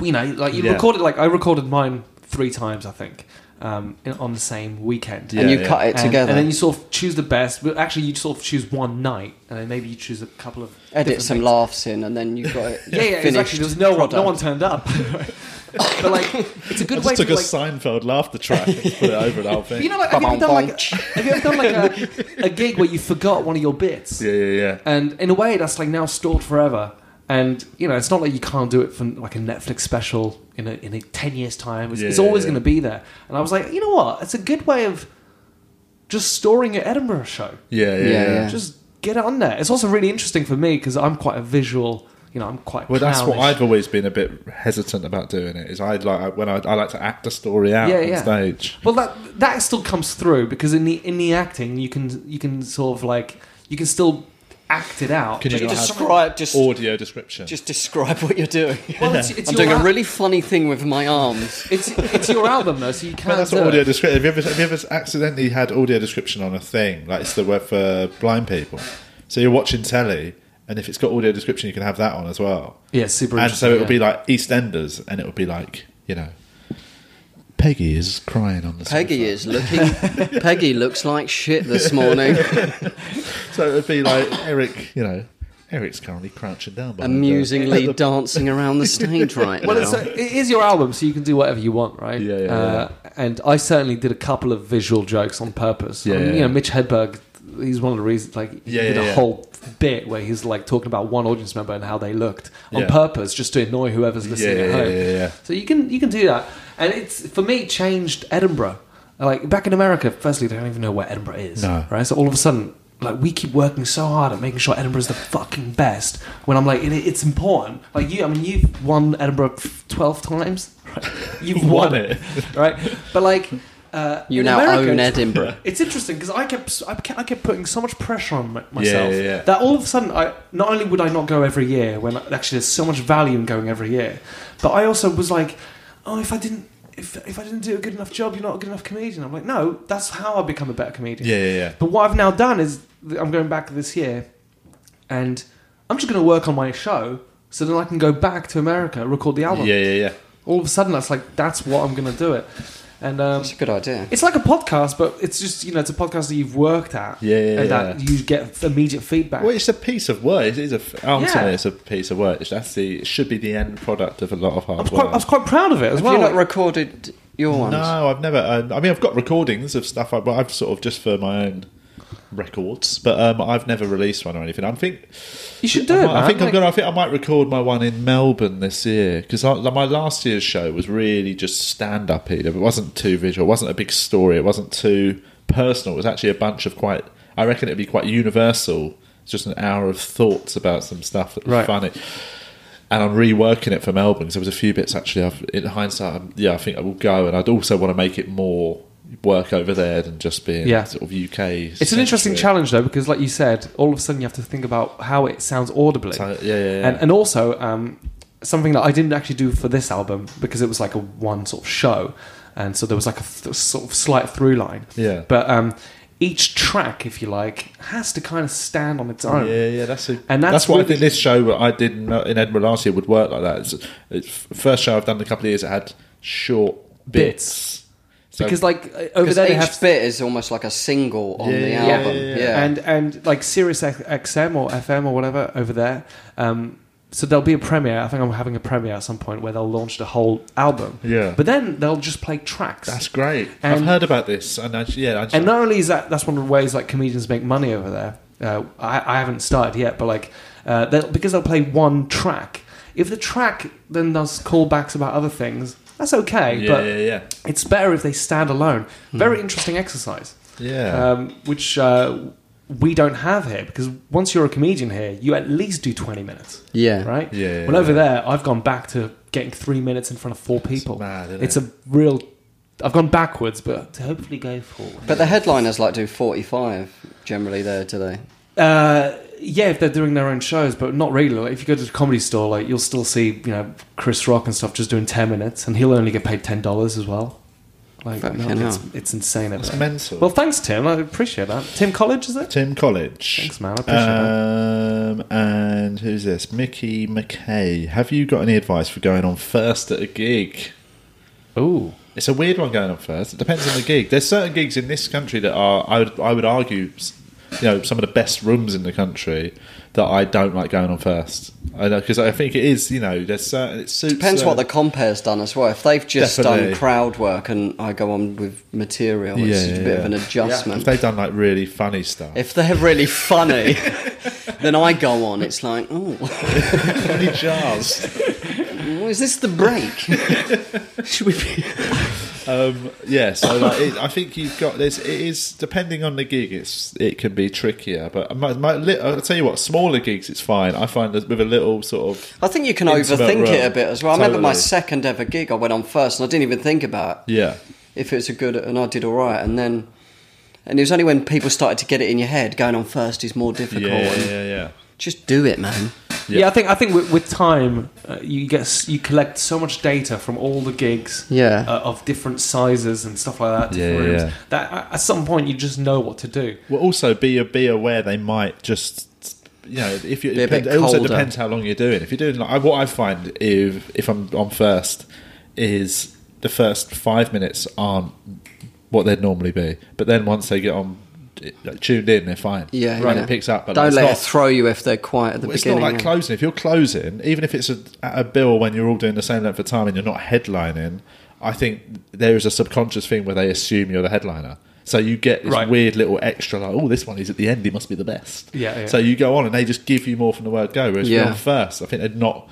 you know, like you
Yeah.
record it. Like I recorded mine three times, I think, um, in, on the same weekend.
Yeah,
and you
yeah.
cut it
and,
uh, together.
and then you sort of choose the best. But actually, you sort of choose one night, and then maybe you choose a couple of
edit
different
some
things.
laughs in, and then you've got it.
Yeah, yeah,
finished
exactly. There was no one, no
product.
one turned up. but like, it's a
I
good way
just took
to
a
like.
Seinfeld laughter track and put it over the whole thing.
you know, like, have you ever done like,
Ba-bum-bum.
have you ever done like a, a gig where you forgot one of your bits?
yeah, yeah, yeah.
And in a way, that's like now stored forever. And you know, it's not like you can't do it for like a Netflix special in a, in a ten years time. It's,
Yeah,
it's always
yeah, yeah.
going to be there. And I was like, you know what? It's a good way of just storing your Edinburgh show.
Yeah, yeah,
Yeah,
yeah.
yeah.
Just get it on there. It's also really interesting for me because I'm quite a visual. You know, I'm quite.
Well, that's what
clownish.
I've always been a bit hesitant about doing. It is I like when I, I like to act a story out
Yeah,
on
yeah.
stage.
Well, that that still comes through because in the in the acting, you can you can sort of like you can still act it out.
Can you
but
not
it's-
have
describe just
Audio description.
just describe what you're doing.
well, it's, it's
I'm
your
doing a
al-
really funny thing with my arms.
It's it's your album though, so you
Man,
can't.
that's
do
what
it.
audio description. Have you ever have you ever accidentally had audio description on a thing like it's the word for blind people? So you're watching telly, and if it's got audio description, you can have that on as well.
Yeah, super.
and so
interesting,
it would be
yeah.
like EastEnders, and it would be like you know, Peggy is crying on the
Peggy is
sofa.
looking. Peggy looks like shit this morning.
So it would be like Eric, you know, Eric's currently crouching down. behind the-
Amusingly dancing around the stage right
Well,
now.
it's, it is your album, so you can do whatever you want, right?
Yeah, yeah,
uh, And I certainly did a couple of visual jokes on purpose.
Yeah,
I mean,
yeah,
you
yeah.
know, Mitch Hedberg, he's one of the reasons. Like, he
Yeah,
did
yeah,
a
yeah.
whole bit where he's like talking about one audience member and how they looked on
Yeah.
purpose, just to annoy whoever's listening
Yeah,
at
yeah,
home.
yeah, yeah.
So you can you can do that, and it's for me changed Edinburgh. Like back in America, firstly they don't even know where Edinburgh is,
No.
right? So all of a sudden, like we keep working so hard at making sure Edinburgh's the fucking best. When I'm like, it, it's important. Like you, I mean, you've won Edinburgh f- twelve times. Right? You've won,
Won
it,
it.
right? But like, uh,
you
in
now
America,
own
it's-
Edinburgh.
It's interesting because I kept, I kept I kept putting so much pressure on my- myself
Yeah, yeah, yeah.
that all of a sudden I not only would I not go every year when actually there's so much value in going every year, but I also was like, oh, if I didn't if, if I didn't do a good enough job, you're not a good enough comedian. I'm like, no, that's how I become a better comedian.
Yeah, yeah, yeah.
But what I've now done is th- I'm going back this year, and I'm just going to work on my show so then I can go back to America, record the album.
Yeah, yeah, yeah.
All of a sudden, that's like that's what I'm going to do it, and um,
That's a good idea.
it's like a podcast, but it's just you know it's a podcast that you've worked at,
Yeah, yeah,
and
yeah.
that you get immediate feedback.
Well, it's a piece of work. It is a ultimately,
Yeah.
it's a piece of work. That's the it should be the end product of a lot of hard
I was,
work.
quite, I was quite proud of it as
Have
well.
you not
Like,
recorded your ones?
no, I've never. Um, I mean, I've got recordings of stuff, I, but I've sort of just for my own records. But um, I've never released one or anything. I think
you should do
I,
it.
might- I
man.
think I'm
Like,
gonna. I think I might record my one in Melbourne this year because like, my last year's show was really just stand up. It wasn't too visual. It wasn't a big story. It wasn't too personal. It was actually a bunch of quite. I reckon it'd be quite universal. It's just an hour of thoughts about some stuff that was
Right.
funny. And I'm reworking it for Melbourne because there was a few bits actually. I've, in hindsight, I'm, yeah, I think I will go, and I'd also want to make it more work over there than just being
Yeah.
sort of UK.
It's an interesting challenge though, because like you said, all of a sudden you have to think about how it sounds audibly,
Yeah, yeah, yeah.
and and also um, something that I didn't actually do for this album because it was like a one sort of show, and so there was like a th- sort of slight through line.
Yeah.
but um, each track, if you like, has to kind of stand on its own.
Yeah, yeah, that's a,
And
and
that's
that's, why
really-
I think this show that I did in in Edinburgh last year would work like that. It's, it's the first show I've done in a couple of years. It had short bits, So-
Because like uh, over
Because
there they
each
have
bit is almost like a single on
Yeah,
the
yeah,
album. Yeah,
yeah, yeah.
and and like Sirius X- XM or FM or whatever over there, um, so there'll be a premiere. I think I'm having a premiere at some point where they'll launch the whole album.
Yeah.
But then they'll just play tracks.
That's great. I've
And-
heard about this, and I, yeah, I just,
and not only is that that's one of the ways like comedians make money over there. Uh, I, I haven't started yet, but like uh, they'll, because they'll play one track. If the track then does callbacks about other things, that's okay.
yeah,
but
yeah, yeah, Hmm.
it's better if they stand alone. Very interesting exercise,
yeah.
um, which uh, we don't have here because once you're a comedian here, you at least do 20 minutes,
Yeah.
right?
Yeah,
Well, over
yeah.
there, I've gone back to getting three minutes in front of four people.
mad, isn't
it's
it?
a real. I've gone backwards, but to hopefully go forward.
But the headliners like do 45 generally there today.
Uh, yeah, if they're doing their own shows, but not regularly. Like, if you go to the comedy store, like you'll still see, you know, Chris Rock and stuff just doing ten minutes, and he'll only get paid ten dollars as well. Like,
Fucking
no,
hell.
it's, it's insane. over
That's
there.
mental.
Well, thanks, Tim. I appreciate that. Tim College, is it?
Tim College.
Thanks, man. I appreciate
um, And who's this? Mickey McKay. Have you got any advice for going on first at a gig?
Ooh.
It's a weird one going on first. It depends on the gig. There's certain gigs in this country that are I would I would argue, s- you know, some of the best rooms in the country that I don't like going on first. I know because I think it is you know there's certain it suits
Depends what the compare's done as well. If they've just
Definitely.
done crowd work and I go on with material, it's
Yeah,
just a
yeah,
bit
yeah.
of an
if
adjustment.
they've done like really funny stuff.
If they're really funny, then I go on. It's like, oh,
Funny jars.
is this the break? Should we be?
Um, yeah, so like, it, I think you've got this. It is depending on the gig. It's it can be trickier, but my, my, li- I'll tell you what, smaller gigs it's fine. I find that with a little sort of
I think you can
Intimate
overthink it a
realm.
bit as well. I remember my
Totally.
second ever gig, I went on first and I didn't even think about
yeah,
if it was a good, and I did all right. And then, and it was only when people started to get it in your head, going on first is more
yeah,
difficult.
yeah,
and
yeah, yeah.
Just do it, man.
Yeah.
Yeah. I think I think with, with time, uh, you get s- you collect so much data from all the gigs,
Yeah.
uh, of different sizes and stuff like that.
Yeah,
different
yeah,
rooms,
yeah.
That a- at some point you just know what to do.
Well, also be be aware they might just you know if you
Be a
depend-
bit
it also
colder.
depends how long you're doing. If you're doing like I, what I find if if I'm on first is the first five minutes aren't what they'd normally be, but then once they get on like, tuned in, they're fine.
Yeah,
right.
yeah.
It picks up, but like,
don't
it's
let
not,
it throw you if they're quiet at the
Well, it's
beginning.
not like
yeah.
closing. If you're closing, even if it's a, at a bill when you're all doing the same length of time and you're not headlining, I think there is a subconscious thing where they assume you're the headliner. So you get this
Right.
weird little extra, like, oh, this one is at the end. He must be the best.
Yeah, yeah.
So you go on, and they just give you more from the word go. Whereas
Yeah.
you're on first, I think they're not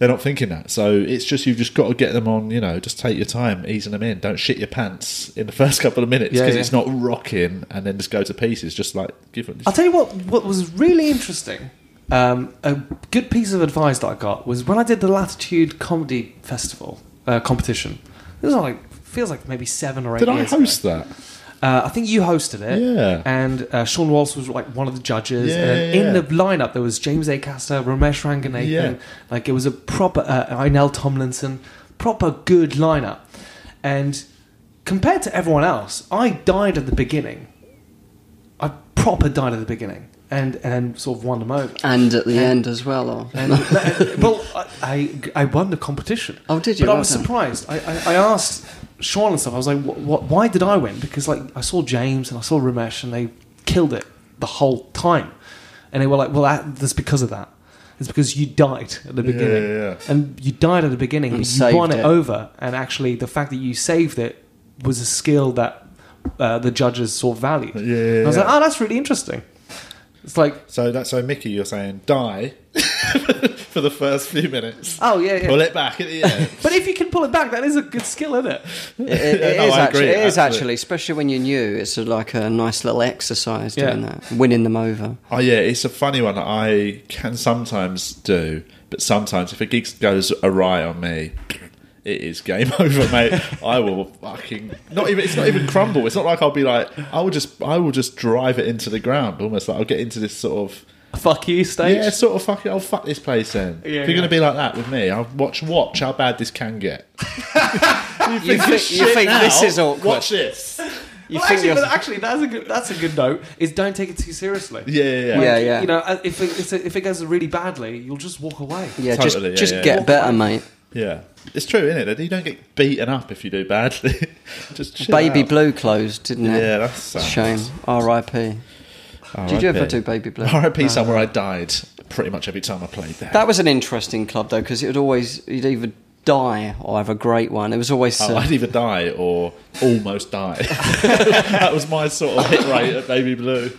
they're not thinking that. So it's just you've just got to get them on. You know, just take your time, easing them in. Don't shit your pants in the first couple of minutes
Yeah,
because
yeah.
it's not rocking, and then just go to pieces. Just like give them.
I'll tell you what. What was really interesting, um, a good piece of advice that I got was when I did the Latitude Comedy Festival uh, competition. This was like feels like maybe seven or eight.
Did I
years ago.
host that?
Uh, I think you hosted it.
Yeah.
And uh, Sean Walsh was like one of the judges.
Yeah,
and
yeah,
in
yeah.
the lineup, there was James Acaster, Ramesh Ranganathan.
Yeah.
Like it was a proper, uh, Inel Tomlinson, proper good lineup. And compared to everyone else, I died at the beginning. I proper died at the beginning and, and sort of won them over.
And at the end as well. Or,
And, well, I, I I won the competition.
Oh, did you?
But I
Well
was
done.
surprised. I, I, I asked Sean and stuff. I was like, "Wh- wh- why did I win? Because like I saw James and I saw Ramesh and they killed it the whole time. And they were like, well, that, that's because of that. It's because you died at the beginning.
yeah.
And you died at the beginning,
And
but
saved
you won it.
it.
over. And actually, the fact that you saved it was a skill that uh, the judges saw valued.
Yeah, yeah,
And I was like,
yeah.
oh, that's really interesting. It's like,
So that's so Mickey, you're saying die for the first few minutes.
oh, yeah, yeah.
Pull it back at the end.
But if you can pull it back, that is a good skill, isn't it?
It- it- it
No,
is
I
actually,
agree,
it is
absolutely.
actually, especially when you're new. It's a, like a nice little exercise
Yeah.
doing that, winning them over.
oh yeah, it's a funny one. I can sometimes do, but sometimes if a gig goes awry on me, it is game over, mate. I will fucking not even. It's not even crumble. It's not like I'll be like. I will just. I will just drive it into the ground. Almost like I'll get into this sort of.
Fuck you, stage.
Yeah, sort of fuck it. I'll fuck this place then. if
Yeah,
you're
yeah.
gonna be like that with me, I'll watch watch how bad this can get.
You think, you
Shit
think
now,
this is awkward?
Watch this.
You
well,
think
actually,
you're-
but actually, that's a good that's a good note. Is don't take it too seriously.
Yeah, yeah, yeah.
Like,
Yeah, yeah.
You know, uh, if it, it's a, if it goes really badly, you'll just walk away.
yeah,
Totally, yeah,
just, just
yeah.
get better, mate.
Yeah, it's true, isn't it? You don't get beaten up if you do badly. Just chill
Baby
out.
Blue closed, didn't it?
Yeah, that's sad.
Shame. R.I.P. Did you ever do Baby Blue?
R.I.P. Somewhere I died. pretty much every time I played there.
That was an interesting club though, because it would always you'd either die or have a great one. It was always
Oh,
uh,
I'd either die or almost die. that was my sort of hit rate at Baby Blue.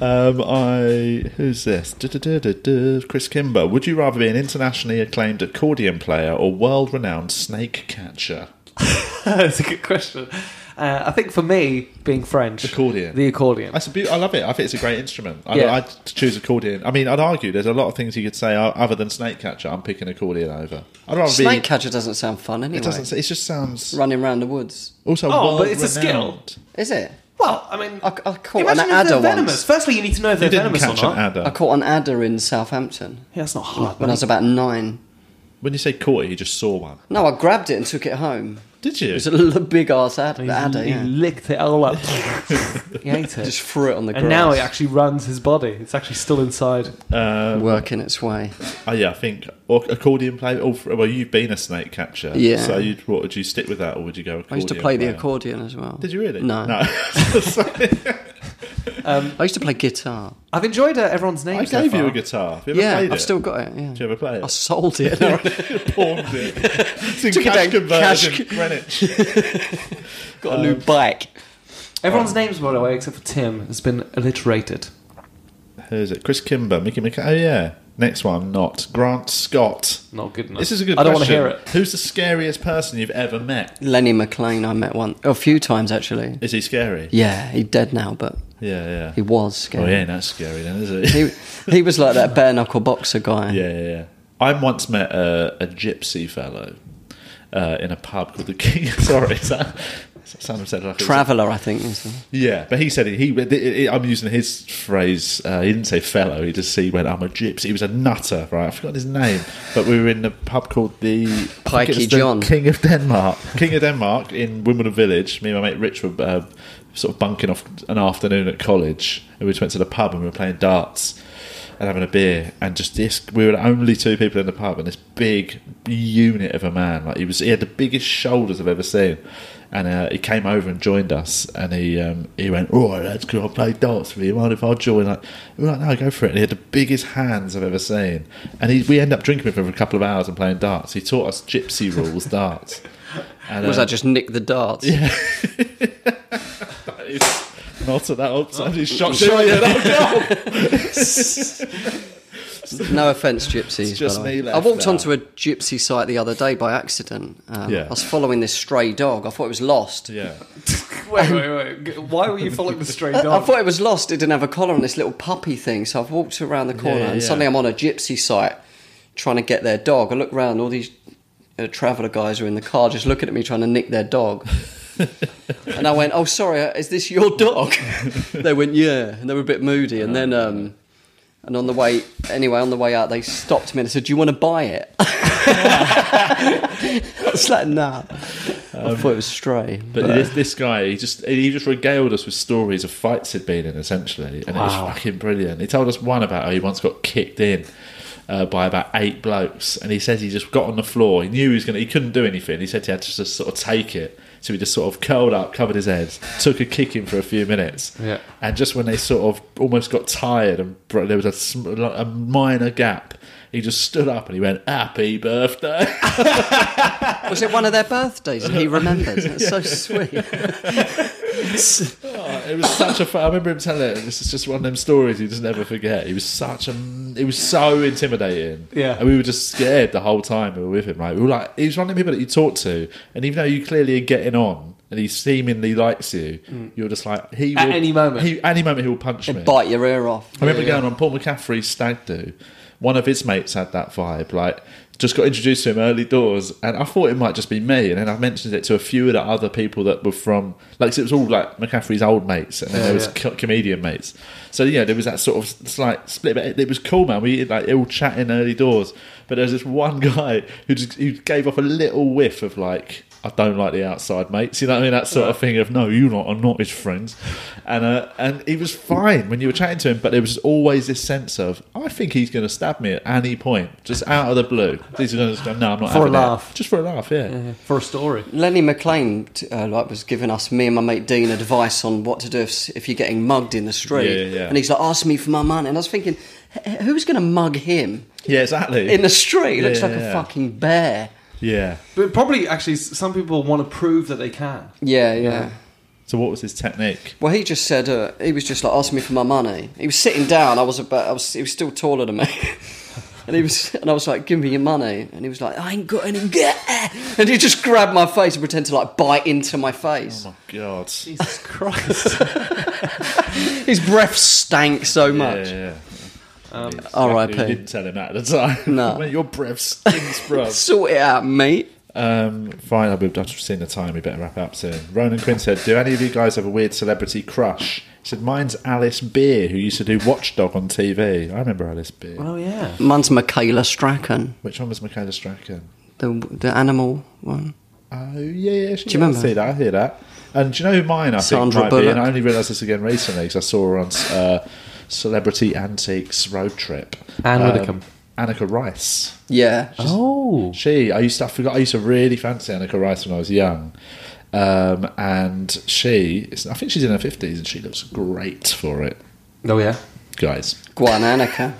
Um, I who's this? Du-du-du-du-du. Chris Kimber. Would you rather be an internationally acclaimed accordion player or world-renowned snake catcher?
That's a good question. Uh, I think for me, being French,
Accordion.
the accordion.
That's a beau- I love it. I think it's a great instrument. I,
Yeah.
I'd choose accordion. I mean, I'd argue there's a lot of things you could say o- other than snake catcher. I'm picking accordion over. I'd rather
snake
be.
catcher doesn't sound fun anyway.
It doesn't. It just sounds.
Running round the woods,
Also,
Oh, but it's a skill.
world-renowned.
is it?
Well, I mean,
I- I caught an
imagine if
adder
they're
once.
venomous. Firstly, you need to know if
You
they're
didn't
venomous or
catch an
not.
adder.
I caught an adder in Southampton
Yeah, that's not hard.
when I was about nine.
When you say caught it, you just saw one.
No, I grabbed it and took it home.
Did you?
It was a little big ass ad-
he,
adder.
he
Yeah.
licked it all up. he ate it.
Just threw it on the
and
grass.
now it actually runs his body. It's actually still inside.
working its way.
Oh yeah, I think or accordion player. Or, well, you've been a snake catcher.
Yeah.
So you'd, what would you stick with that, or would you go? Accordion
I used to play
player?
the accordion as well.
Did you really?
No.
No. Sorry.
I used to play guitar.
I've enjoyed uh, everyone's name.
I
so
gave
far.
you a guitar. Have you ever
Yeah,
played
I've
it?
still got it. Yeah.
Did you ever play
I
it?
sold it.
Pawned it. It's in
Took it
cash
down,
converters
cash-
in Greenwich.
got a new bike.
Everyone's names, by the way, except for Tim, has been alliterated.
Who's it? Chris Kimber, Mickey McCa. Oh yeah. Next one, not Grant Scott.
Not good enough.
This is a good.
I don't
question.
want to hear it.
Who's the scariest person you've ever met?
Lenny McLean, I met one a few times actually.
Is he scary?
Yeah, he's dead now, but
Yeah,
he
yeah.
was
Oh,
scary.
he ain't that scary then, is he?
He he was like that bare knuckle boxer guy.
Yeah, yeah, yeah. I once met a, a gypsy fellow uh, in a pub called the King. Sorry, is that, does that sound said like it was-
Traveller, I think. Was the-
Yeah, but he said he. he- it- it- I'm using his phrase. Uh, he didn't say fellow. He just he went. I'm a gypsy. He was a nutter, right? I forgot his name, but we were in a pub called the I think it
Pikey
was the
John.
King of Denmark, King of Denmark in Wimbledon Village. Me and my mate Rich were uh, sort of bunking off an afternoon at college, and we just went to the pub and we were playing darts and having a beer, and just this. We were the only two people in the pub, and this big unit of a man. Like he was, he had the biggest shoulders I've ever seen. And uh, he came over and joined us, and he um, he went, "All right, that's good. I'll play darts with you. Mind if I join?" Like, we were like, "No, go for it." And he had the biggest hands I've ever seen, and he, we end up drinking with him for a couple of hours and playing darts. He taught us gypsy rules darts. And,
Was
um,
I just nick the darts?
it's not at that upside. He's shot.
Oh,
Sure, yeah, that goal.
No offence, gypsies.
just
by the way.
me left
I walked
now.
onto a gypsy site the other day by accident. Um,
Yeah.
I was following this stray dog. I thought it was lost.
Yeah,
Wait, wait, wait. G- Why were you following the stray dog?
I thought it was lost. It didn't have a collar on this little puppy thing. So I've walked around the corner
Yeah, yeah,
and
yeah.
suddenly I'm on a gypsy site trying to get their dog. I look round, all these uh, traveller guys are in the car just looking at me trying to nick their dog. and I went, Oh, sorry, uh, is this your dog? they went, Yeah. And they were a bit moody.
Oh,
And then. Um, and on the way, anyway, on the way out, they stopped me and said, "Do you want to buy it?" I was like, "Nah." I thought it was stray.
Um, but this, this guy, he just he just regaled us with stories of fights he'd been in, essentially, and it
Wow.
was fucking brilliant. He told us one about how he once got kicked in. Uh, by about eight blokes, and he says he just got on the floor. He knew he was gonna, he couldn't do anything. He said he had to just sort of take it, so he just sort of curled up, covered his head, took a kick in for a few minutes,
Yeah.
And just when they sort of almost got tired and bro- there was a, sm- like a minor gap, he just stood up and he went, Happy birthday.
Was it one of their birthdays? And he remembers. That's so sweet.
it was such a fun. I remember him telling it. and This is just one of them stories you just never forget. He was such a. He was so intimidating.
Yeah.
And we were just scared the whole time we were with him. Like, we were like, he was one of the people that you talk to, and even though you clearly are getting on. And he seemingly likes you. You're just like he
Mm. At
will-
any moment.
He, any moment he will punch me.
Bite your ear off.
I remember going on Paul McCaffrey's stag do. One of his mates had that vibe, like just got introduced to him early doors, and I thought it might just be me. And then I mentioned it to a few of the other people that were from, like 'cause it was all like McCaffrey's old mates, and then
Yeah,
there was
yeah.
co- comedian mates. So yeah, there was that sort of slight split, but it, it was cool, man. We like all chatting early doors, but there was this one guy who just who gave off a little whiff of like I don't like the outside mates. You know what I mean? That sort of thing of no, you lot are not his friends. And uh, and he was fine when you were chatting to him, but there was always this sense of I think he's going to stab me at any point, just out of the blue. He's going to go, no, I'm
For
not
a
having it."
laugh. Mm-hmm.
just for a laugh, yeah.
for a story.
Lenny McLean t- uh, like was giving us me and my mate Dean advice on what to do if, if you're getting mugged in the street,
Yeah, yeah.
and he's like, "Ask me for my money," and I was thinking, "H- "Who's going to mug him
Yeah, exactly.
in the street? He looks
Yeah,
like
yeah.
a fucking bear."
yeah.
But probably, actually, s- some people want to prove that they can.
Yeah, yeah.
So what was his technique?
Well, he just said uh, he was just like asking me for my money. He was sitting down. I was about. I was. He was still taller than me. And he was, and I was like, "Give me your money." And he was like, "I ain't got any." And he just grabbed my face and pretended to like bite into my face.
Oh my god.
Jesus Christ.
His breath stank so much.
Oh. Yeah, yeah.
R.I.P.
You didn't tell him that at the time.
No.
Mate, your breath stinks, bro.
Sort it out, uh, mate.
Um, fine, I've I've seen the time. We better wrap up soon. Ronan Quinn said, "Do any of you guys have a weird celebrity crush?" He said, "Mine's Alice Beer, who used to do Watchdog on TV. I remember Alice Beer.
oh, yeah.
Mine's Michaela Strachan,
Which one was Michaela Strachan?
the the animal one.
Oh yeah, yeah. She,
Do you
I
remember?
see that? I hear that. And do you know who mine? I
Sandra
think might be.
Bullock.
And I only realised this again recently because I saw her on uh, Celebrity Antiques Road Trip. Um,
Anne Widdecombe.
Annika Rice.
Yeah.
Um, Oh.
She, I used to, I forgot, I used to really fancy Annika Rice when I was young. Um, and she, is- I think she's in her 50s and she looks great for it,
Oh, yeah.
guys.
Guan Annika.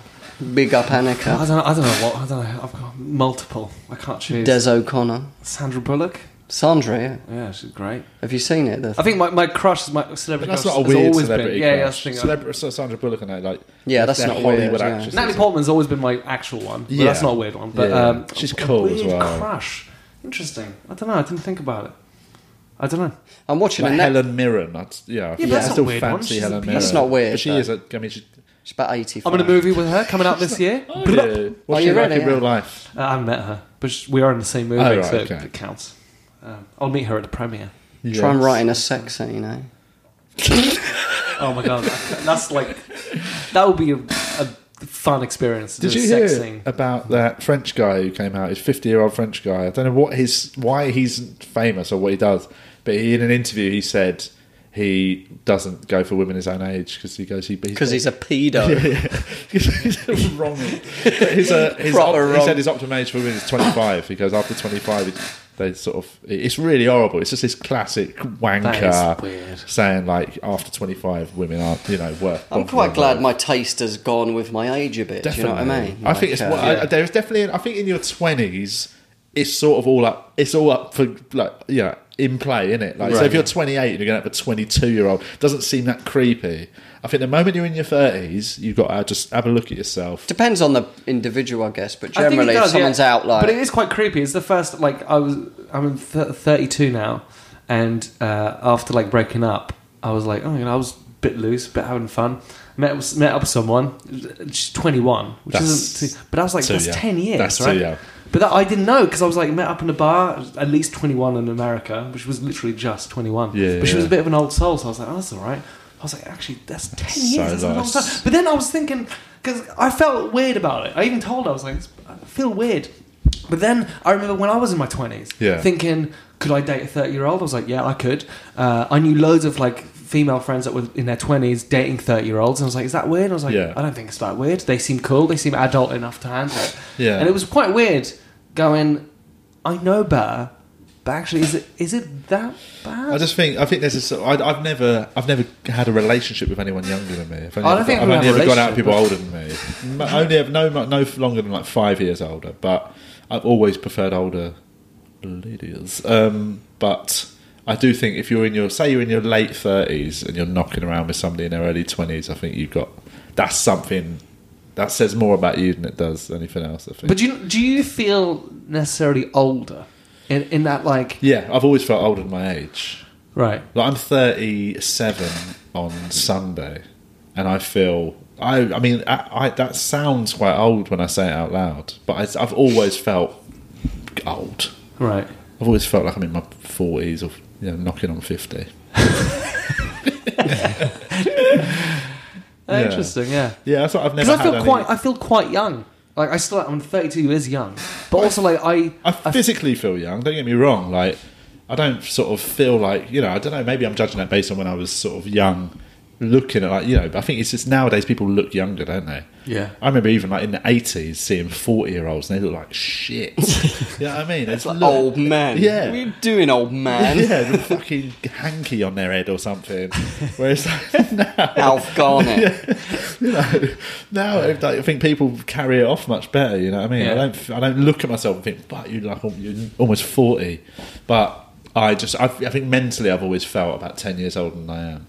Big up Annika.
I don't, know, I don't know what. I don't know. I've got multiple. I can't choose.
Des O'Connor.
Sandra Bullock.
Sandra, yeah.
Yeah, she's great.
Have you seen it? The-
I think my, my crush is my
But
celebrity
that's
crush
not a
has
weird
always
celebrity
been. Yeah, yeah, that's
crush.
the thing. uh,
Celebra- so Sandra Bullock and that, like,
Yeah, that's
they're
not
Hollywood
weird, yeah.
actresses.
Natalie Portman's always been my actual one. But
Yeah.
That's not a weird one. But
Yeah.
um,
She's
a
cool as
weird
well.
crush. Interesting. I don't know. I didn't think about it. I don't know.
I'm watching
Like
a Netflix.
Helen Mirren, I'd, yeah, I think
but
I
that's not
still
a weird one.
fancy
She's a
Helen
beauty.
Mirren.
That's not weird,
But she
though.
is. A, I mean, she.
It's about 85.
I'm in a movie with her coming out this year.
Oh, yeah. What's
Are
she
you
like
really?
in real
Yeah.
life?
Uh, I haven't met her, but sh- we are in the same movie,
Oh, right,
so it-
okay.
it counts. Um, I'll meet her at the premiere.
Try and
Yes.
write in a sex scene, eh? you know.
Oh my god, that's like that would be a, a fun experience. To
Did
do
you
a sex
hear
scene.
about that French guy who came out? His fifty-year-old French guy. I don't know what his why he's famous or what he does, but he, in an interview he said he doesn't go for women his own age because he goes he
Because he's a pedo.
he's wrong. But His, uh, his op-
Proper
He
wrong.
said his optimum age for women is twenty-five. He goes after twenty-five, it- they sort of it's really horrible. It's just this classic wanker
That is weird.
saying like after twenty-five women aren't you know worth.
I'm
bothering
quite glad
about.
my taste has gone with my age a bit. Do you know what I mean?
I think it's
Like,
what
uh,
I, there's definitely. I think in your twenties, it's sort of all up. It's all up for like you know in play, isn't it? Like so,
Right.
if you're 28 and you're going to have a 22 year old, doesn't seem that creepy. I think the moment you're in your 30s, you've got to just have a look at yourself.
Depends on the individual, I guess, but
I think it
generally, if
does, yeah.
someone's out like.
but it is quite creepy. It's the first like I was. I'm th- 32 now, and uh, after like breaking up, I was like, oh, you know, I was a bit loose, a bit having fun. Met met up with someone. She's 21, which
That's
isn't. Too, but I was like,
too
that's
young.
10 years,
That's too
right?
young.
But that, I didn't know because I was like met up in a bar, at least 21 in America, which was literally just 21.
Yeah,
but she was
yeah.
a bit of an old soul, so I was like, oh, that's all right. I was like, actually, that's 10
So
years. That's a long
nice.
time. But then I was thinking, because I felt weird about it. I even told her, I was like, I feel weird. But then I remember when I was in my 20s,
Yeah.
thinking, could I date a 30 year old? I was like, yeah, I could. Uh, I knew loads of like female friends that were in their 20s dating 30 year olds. And I was like, is that weird? And I was like,
Yeah.
I don't think it's that weird. They seem cool. They seem adult enough to handle it.
Yeah.
And it was quite weird going, I know better, but actually, is it, is it that bad?
I just think I think there's a sort. I, I've never I've never had a relationship with anyone younger than me. I've only,
I don't
ever-
think
I've
we
only
have a
ever gone out with people older
relationship,
than me. M- I only have no mu- no longer than like five years older. But I've always preferred older ladies. Um, but I do think if you're in your say you're in your late thirties and you're knocking around with somebody in their early twenties, I think you've got that's something that says more about you than it does anything else. I think.
But do you, do you feel necessarily older in, in that like
yeah, I've always felt older than my age.
right?
Like I'm 37 on Sunday, and I feel I. I mean, I, I, that sounds quite old when I say it out loud, but I, I've always felt old.
Right.
I've always felt like I'm in my 40s or you know, knocking on 50. Yeah.
Interesting. Yeah.
Yeah, that's what I've never.
Because I
had
feel
any-
quite I feel quite young. Like I still I'm 32 is young, but also like I
I physically feel young. Don't get me wrong. Like I don't sort of feel like you know. I don't know. Maybe I'm judging that based on when I was sort of young, looking at like you know. I think it's just nowadays people look younger, don't they?
Yeah.
I remember even like in the eighties seeing forty year olds and they look like shit. you know what I mean?
It's like old man.
Yeah.
What are you doing, old man?
Yeah, with a fucking hanky on their head or something. Whereas like, now,
Alf Garnett.
you know, now I- I think people carry it off much better. You know what I mean?
Yeah.
I don't, I don't look at myself and think, "But you like you're almost 40. But I just, I, I think mentally, I've always felt about ten years older than I am.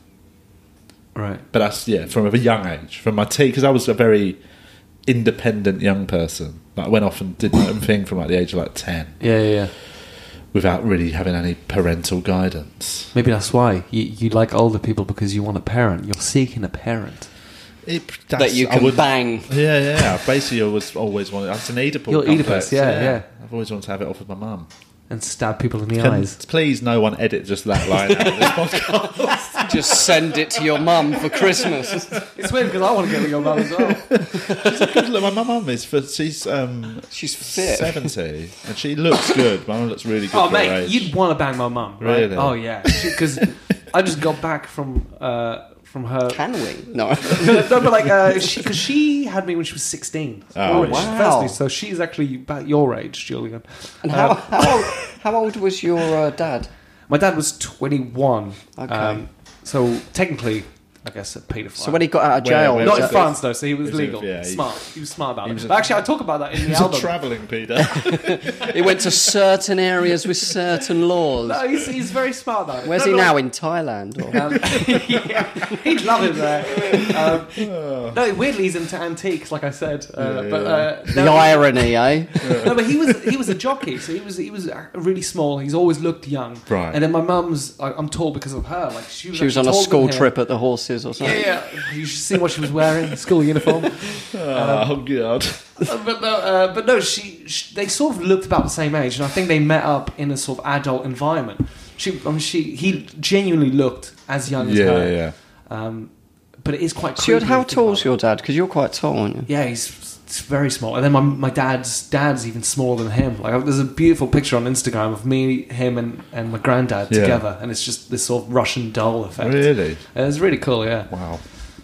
Right.
But that's yeah, from a young age, from my teen, because I was a very independent young person. Like, I went off and did my own thing from like the age of like ten,
Yeah, yeah, yeah.
without really having any parental guidance.
Maybe that's why you, you like older people because you want a parent. You're seeking a parent.
It,
That you
I
can
wouldn't-
bang.
Yeah, yeah. yeah. Basically, I was always wanted. That's an Oedipal.
You're Oedipus,
complex,
yeah, yeah.
I've always wanted to have it off with my mum.
and stab people in the
Can
eyes.
please, no one edit just that line out of this podcast.
Just send it to your mum for Christmas.
It's weird because I want to get with your mum as well.
Good look, my mum is for she's um
She's fit.
seventy and she looks good. My mum looks really good.
oh,
for her
mate,
age.
you'd want to bang my mum, right?
Really?
Oh, yeah. Because I just got back from uh, from her.
Can we? No.
no, but like, because she, 'cause she had me when she was 16.
Oh,
Which,
wow.
firstly, so she's actually about your age, Julian. Uh,
And how, how, old, how old was your uh, dad?
My dad was 21.
Okay.
so technically, I guess, a paedophile.
So when he got out of
Where-
jail,
where
was
Not in
that-
France, though, so he was
He was a-
legal.
yeah, he-
smart. He was smart about it.
was a-
But actually, I talk about that in the
He's a
album.
travelling Peter.
he went to certain areas with certain laws.
no, he's, he's very smart about it.
Where's
No,
he
no,
now? In Thailand? Or?
Um, yeah, he'd love it there. Um, no, weirdly, he's into antiques, like I said. Uh,
Yeah,
but uh,
The
no,
irony, eh?
no, but he was he was a jockey, so he was he was uh, really small. He's always looked young.
Right.
And then my mum's, I, I'm tall because of her. Like she was,
She was on
actually
a
taller
school
than him.
trip at the horses
Yeah,
or something.
yeah. You should see what she was wearing. School uniform.
oh god.
Uh, but no, uh, but no. She, she they sort of looked about the same age, and I think they met up in a sort of adult environment. She, I mean, she, he genuinely looked as young as
Yeah,
her.
yeah.
Um, but it is quite.
So you're-
creepy
how
to think
tall's
about.
your dad? Because you're quite tall, aren't you?
Yeah, he's s- very small. And then my, my dad's dad's even smaller than him. Like there's a beautiful picture on Instagram of me, him, and, and my granddad
Yeah.
together, and it's just this sort of Russian doll effect.
Really?
And it's really cool, yeah.
Wow.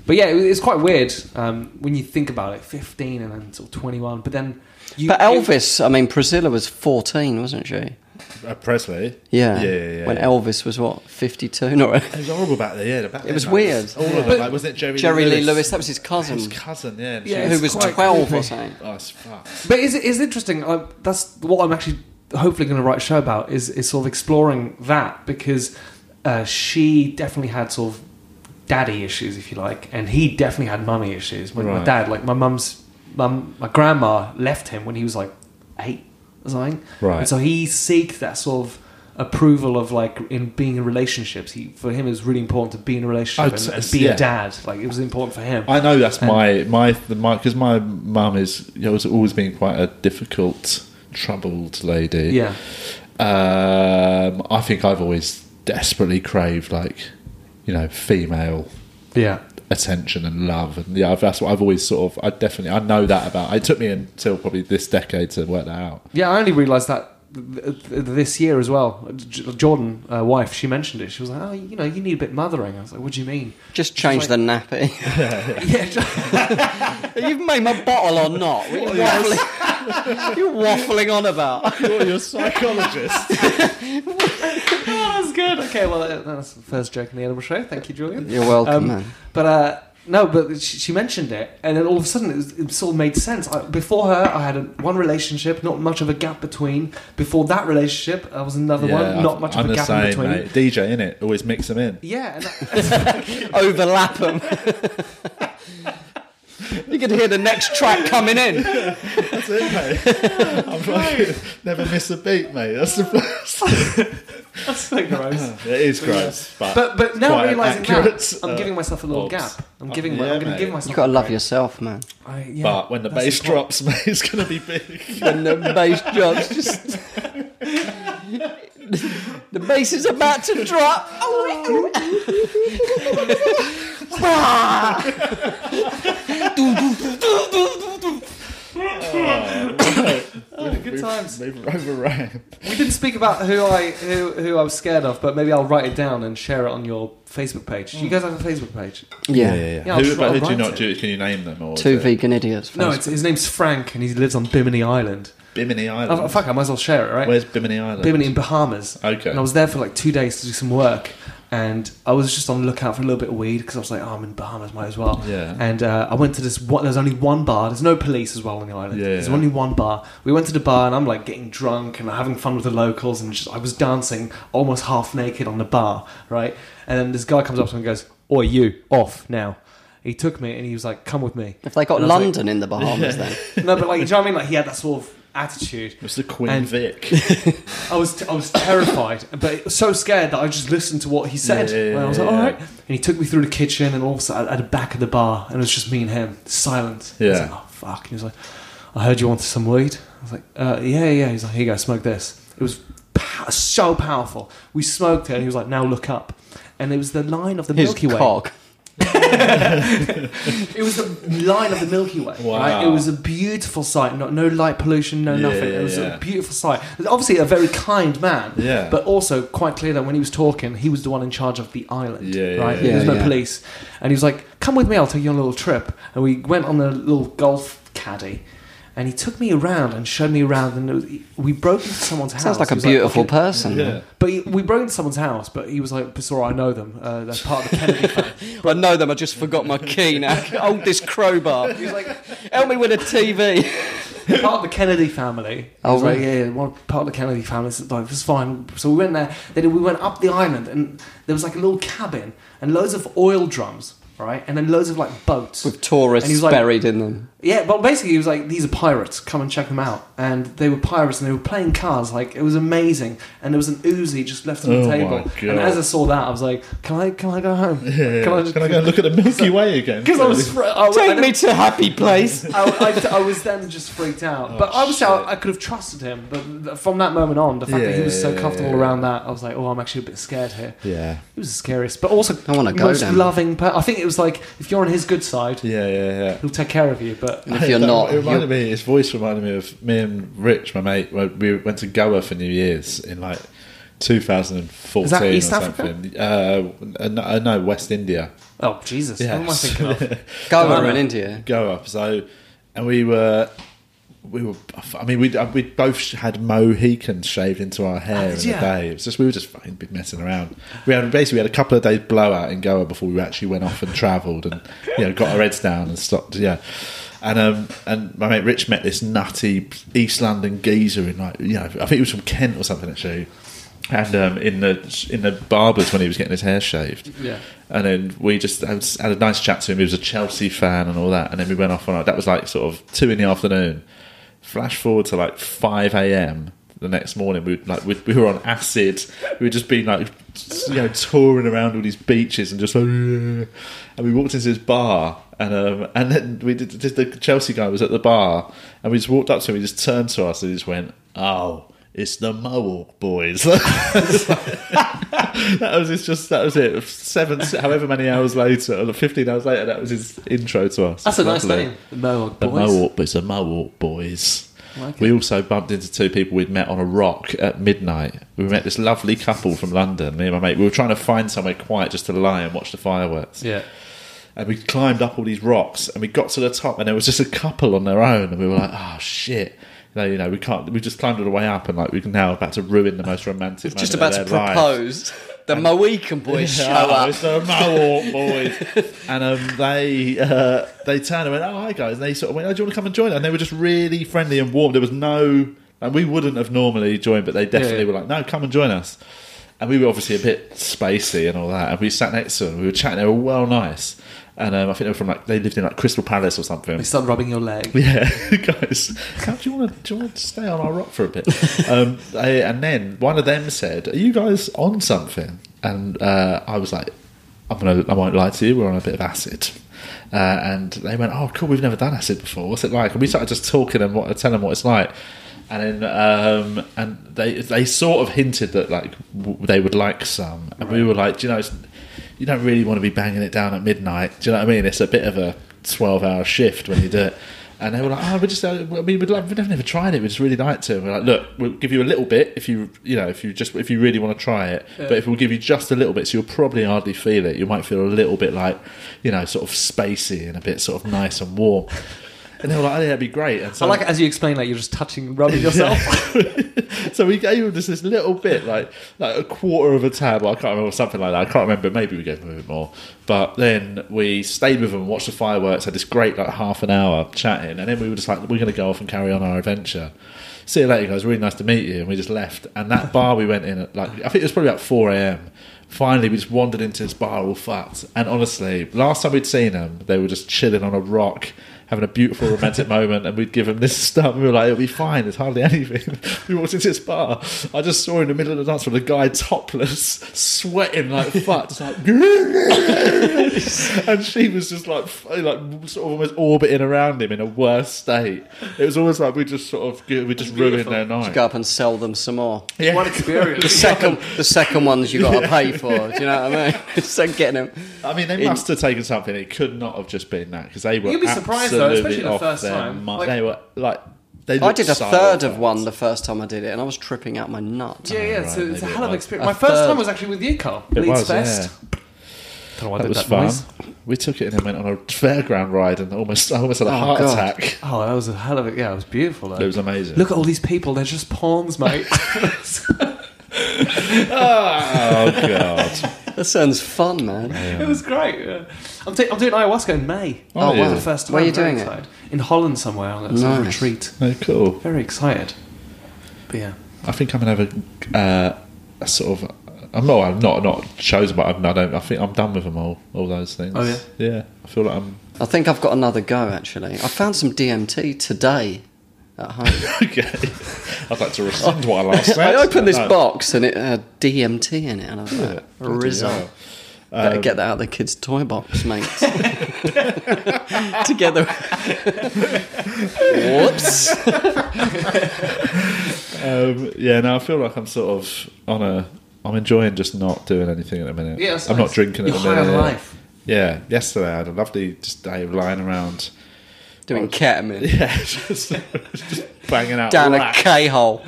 But yeah, it, it's quite weird um, when you think about it. Fifteen and then sort of twenty-one, but then you,
But
it-
Elvis, I mean, Priscilla was 14, wasn't she?
Uh, Presley.
Yeah.
Yeah, yeah, yeah,
when
yeah.
Elvis was what, 52? No,
It was horrible back there. Yeah, back
It was weird.
All of
But-
them. Like, wasn't it Jerry?
Jerry
Lee
Lee
Lewis?
Lewis, that was his cousin,
His cousin. Yeah. and she-
Yeah.
who
It's
was
quite
12 or
creepy.
something.
Oh, it's fucked.
But is is interesting. I, that's what I'm actually hopefully going to write a show about. Is is sort of exploring that because uh, she definitely had sort of daddy issues, if you like, and he definitely had mummy issues. When my
Right.
dad, like my mum's, mum, my grandma left him when he was like eight or something.
Right.
And so he seeked that sort of approval of like in being in relationships. He for him it was really important to be in a relationship
Oh,
and,
t-
and be
yeah.
a dad. Like it was important for him.
I know that's my my the my because my mum is you know, has always been quite a difficult, troubled lady.
yeah.
Um, I think I've always desperately craved like, you know, female
Yeah.
attention and love, and yeah, I've, that's what I've always sort of. I definitely I know that about. It took me until probably this decade to work that out.
Yeah, I only realised that th- th- this year as well. J- Jordan, uh, wife, she mentioned it. She was like, "Oh, you know, you need a bit mothering." I was like, "What do you mean?"
Just change the nappy.
yeah, oh, ju-
You've made my bottle or not?
Oh,
What are you waffling, you're waffling on about.
You're, you're a psychologist.
that was good. Okay, well, uh, that's the first joke in the animal show. Thank you, Julian.
You're welcome,
Um,
man.
But uh, no, but she, she mentioned it, and then all of a sudden it, was, it sort of made sense. I, before her, I had a, one relationship, not much of a gap between. Before that relationship, I was another one, not much of
I'm
a
the
gap
same,
in between.
mate. DJ in it always mix them in.
Yeah, and that,
Overlap them. you could hear the next track coming in.
That's it, mate. I'm like, never miss a beat, mate. That's the best.
that's so gross.
it is gross, but
But but
it's
now
quite
realizing
accurate.
that, I'm
Uh,
giving myself a little
obs.
gap. I'm giving
Uh,
my,
yeah,
I'm gonna
mate.
give myself.
You've got to
a
love
break.
yourself, man.
I, yeah,
But when the
that's
bass
the point.
drops, mate, it's going to be big.
And the bass drops just. the bass is about to drop.
many times.
Move over round.
We didn't speak about who I who, who I was scared of, but maybe I'll write it down and share it on your Facebook page.
Hmm.
You guys have a Facebook page?
Yeah.
Yeah, I'll
who
tr-
but
I'll
who do you
write
not do? Can you name them? Or is
Two
it
vegan idiots.
No, it's, his name's Frank, and he lives on Bimini Island.
Bimini Island.
Oh, fuck, I might as well share it, right?
Where's Bimini Island?
Bimini in Bahamas.
Okay.
And I was there for like two days to do some work. And I was just on the lookout for a little bit of weed because I was like, oh, I'm in Bahamas, might as well.
Yeah.
And uh, I went to this one, there's only one bar. There's no police as well on the island.
Yeah,
There's
yeah.
only one bar. We went to the bar and I'm like getting drunk and having fun with the locals. And just, I was dancing almost half naked on the bar, right? And then this guy comes up to me and goes, Oi, you, off now. He took me and he was like, come with me.
If they got
And I was like,
London in the Bahamas, then
no, but like, do you know what I mean? Like, he had that sort of attitude.
It's the Queen
And-
Vic.
I was I was terrified, but so scared that I just listened to what he said.
Yeah, yeah,
and I was
yeah,
like, all
yeah.
right. And he took me through the kitchen and all of a sudden at the back of the bar, and it was just me and him, silent. I was
Yeah.
like, oh, fuck. And he was like, I heard you wanted some weed. I was like, uh, yeah, yeah. He's like, here you go, smoke this. It was pow- so powerful. We smoked it, and he was like, now look up. And it was the line of the
his
Milky Way.
cock.
It was the line of the Milky Way.
Wow.
Right? It was a beautiful sight. No, no light pollution, no
Yeah,
nothing.
yeah,
It was
yeah.
a beautiful sight. Obviously, a very kind man.
Yeah.
But also quite clear that when he was talking, he was the one in charge of the island.
Yeah, yeah,
right.
yeah.
there was
Yeah,
no
yeah.
police, and he was like, "Come with me. I'll take you on a little trip." And we went on a little golf caddy. And he took me around and showed me around, and it was, we broke into someone's house.
Sounds like
He
a
was
beautiful
"Okay,
person.
yeah.
But he, we broke into someone's house, but he was like, "Pesora, I know them. Uh, they're part of the Kennedy family."
I know them. I just forgot my key. Now hold this crowbar.
He was like,
Help me with a TV.
part of the Kennedy family.
Oh,
I was like,
right.
yeah, yeah, one part of the Kennedy family. So like, it was fine. So we went there. Then we went up the island, and there was like a little cabin and loads of oil drums, right? And then loads of like boats.
With tourists
And he's like-
buried in them.
yeah, but basically, he was like, these are pirates. Come and check them out. And they were pirates, and they were playing cards. Like it was amazing. And there was an Uzi just left on the
Oh my
table.
God.
And as I saw that, I was like, can I? Can I go home?
Can I, go and look at the Milky Way again?
Because I was, fr- I, was- I
Take
didn't-
me to happy place.
I, I, I was then just freaked out.
Oh,
but I was out, I could have trusted him. But th- from that moment on, the fact that he was so
Yeah.
comfortable around that, I was like, oh, I'm actually a bit scared here.
Yeah.
He was the scariest, but also
I wanna go
most
down.
loving. Per- I think it was like if you're on his good side,
Yeah, yeah, yeah.
he'll take care of you. But
And if you're
That-
not,
It
you're-
reminded me, his voice reminded me of me and Rich, my mate, when we went to Goa for New Year's in like 2014
Is that East
or
Africa?
something. Uh, uh, no, uh, no, West India.
oh Jesus, what am I
Yes.
thinking of?
Goa in India.
go up. So, and we were, we were. I mean, we we both had Mohicans shaved into our hair in
Oh, yeah.
the day. It was just we were just fucking been messing around. We had basically we had a couple of days blowout in Goa before we actually went off and travelled and you know got our heads down and stopped. Yeah. And um and my mate Rich met this nutty East London geezer in like you know I think he was from Kent or something actually, and um in the in the barbers when he was getting his hair shaved
Yeah.
and then we just had had a nice chat to him. He was a Chelsea fan and all that. And then we went off on our, that was like sort of two in the afternoon. Flash forward to like five a.m. the next morning. We like we, we were on acid. We were just being like you know touring around all these beaches and just like, and we walked into this bar. And um, and then we did, just the Chelsea guy was at the bar, and we just walked up to him. He just turned to us and he just went, "Oh, it's the Mohawk boys." that was his, just that was it. Seven, however many hours later, or fifteen hours later, that was his intro to us.
That's a nice
Lovely.
name, the Mohawk
The
Boys.
Mohawk, it's the Mohawk boys.
Like
we also bumped into two people we'd met on a rock at midnight. We met this lovely couple from London. Me and my mate. We were trying to find somewhere quiet just to lie and watch the fireworks
Yeah,
and we climbed up all these rocks and we got to the top and there was just a couple on their own and we were like oh shit you know, you know we can't we just climbed all the way up and like we're now about to ruin the most romantic
Just about
moment
to
of their lives.
propose. The Mohican boys show
Yeah,
up.
It's the Mohawk boys. and um, they uh, they turned and went, oh, hi, guys. And they sort of went, oh, do you want to come and join? And they were just really friendly and warm. There was no... And we wouldn't have normally joined, but they definitely
Yeah, yeah.
were like, no, come and join us. And we were obviously a bit spacey and all that. And we sat next to them. We were chatting. They were well nice. And um, I think they were from like... They lived in like Crystal Palace or something.
they start rubbing your leg.
Yeah, guys, how do you want to do you want to stay on our rock for a bit? Um, I- and then one of them said, "Are you guys on something?" And uh, I was like, "I'm gonna, I won't lie to you. We're on a bit of acid." Uh, and they went, "Oh, cool. We've never done acid before. What's it like?" And we started just talking and what, telling them what it's like. And then, um, and they they sort of hinted that like w- they would like some, and we were like, do you know, it's, you don't really want to be banging it down at midnight. Do you know what I mean? It's a bit of a twelve hour shift when you do it. And they were like, "Oh, we just, uh, I mean, we'd love, we've never tried it. We just really like to." And we're like, "Look, we'll give you a little bit if you, you know, if you just, if you really want to try it. But if we'll give you just a little bit, so you'll probably hardly feel it. You might feel a little bit like, you know, sort of spacey and a bit sort of nice and warm." And they were like, "Oh, yeah, that'd be great." And so
I like it as you explain, like you're just touching, rubbing yourself.
so we gave him just this little bit, like like a quarter of a tab. I can't remember something like that. I can't remember. Maybe we gave him a bit more. But then we stayed with him, watched the fireworks, had this great like half an hour chatting, and then we were just like, we're going to go off and carry on our adventure. See you later, guys. Really nice to meet you. And we just left. And that bar we went in at like I think it was probably about four a.m. Finally, we just wandered into this bar all fucked. And honestly, last time we'd seen them, they were just chilling on a rock having a beautiful romantic moment and we'd give him this stuff and we were like it'll be fine there's hardly anything we walked into this bar I just saw in the middle of the dance floor the guy topless sweating like fuck just like and she was just like f- like sort of almost orbiting around him in a worse state it was almost like we just sort of we just ruined their night
Go up and sell them some more.
yeah.
What experience?
The second, the second ones you got to pay for. Do you know what I mean? It's like getting them.
I mean they must have taken something it could not have just been that because they were
You'd be surprised, though,
absolutely
especially the
off
first
their
time.
mi-
Like-
they were like they
I
looked
did a
so
third of
off.
one the first time I did it, and I was tripping out my nut.
yeah, yeah. so
right,
it's a hell
maybe
of an
like
experience. My
a
first
third.
time was actually with you, Carl.
It
Leeds
was,
Fest.
yeah.
Don't know why I
That
did
was
that
fun.
noise.
We took it and then went on a fairground ride and almost I almost had a
Oh,
heart
God.
attack.
Oh, that was a hell of a yeah. It was beautiful. Though.
It was amazing.
Look at all these people. They're just pawns, mate.
oh god!
That sounds fun, man.
it was great. yeah. I'm, ta- I'm doing ayahuasca in May.
Oh,
It's
yeah.
the first time.
Where are you
very
doing it?
excited. In Holland somewhere. On a sort of
Nice.
retreat.
Oh, cool.
Very excited. But yeah.
I think I'm gonna have a, uh, a sort of. I'm not. I'm not not chosen, but I'm, I don't. I think I'm done with them all. All those things.
Oh, yeah?
Yeah. I feel like I'm.
I think I've got another go, actually. I found some DMT today at home.
okay. I'd like to rescind what I last said.
I opened this
No.
box, and it had DMT in it, and I was
Yeah.
like,
Bloody
Rizzo.
hell.
Um,
Better get that out of the kids' toy box, mate. Together. Whoops.
Um, yeah, no, I feel like I'm sort of on a. I'm enjoying just not doing anything at the minute.
Yeah, that's
I'm
nice.
not drinking at
You're
the
high
minute.
on life.
Yeah, yesterday I had a lovely just day of lying around.
Doing ketamine.
Yeah, just, just banging out.
Down a
racks.
K hole.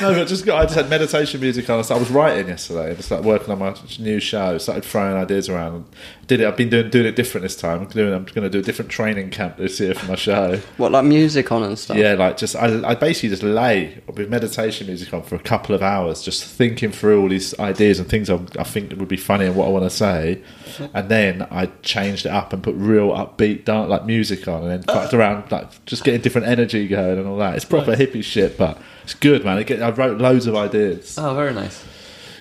No, but just got, I just had meditation music on. So I was writing yesterday. I started working on my new show. Started throwing ideas around. Did it? I've been doing doing it different this time. I'm doing. I'm going to do a different training camp this year for my show.
What, like music on and stuff?
Yeah, like just I, I basically just lay with meditation music on for a couple of hours, just thinking through all these ideas and things I, I think would be funny and what I want to say, and then I changed it up and put real upbeat dance like music on, and then fucked around like just getting different energy going and all that. It's proper hippie shit, but it's good, man. It get, I wrote loads of ideas.
Oh, very nice.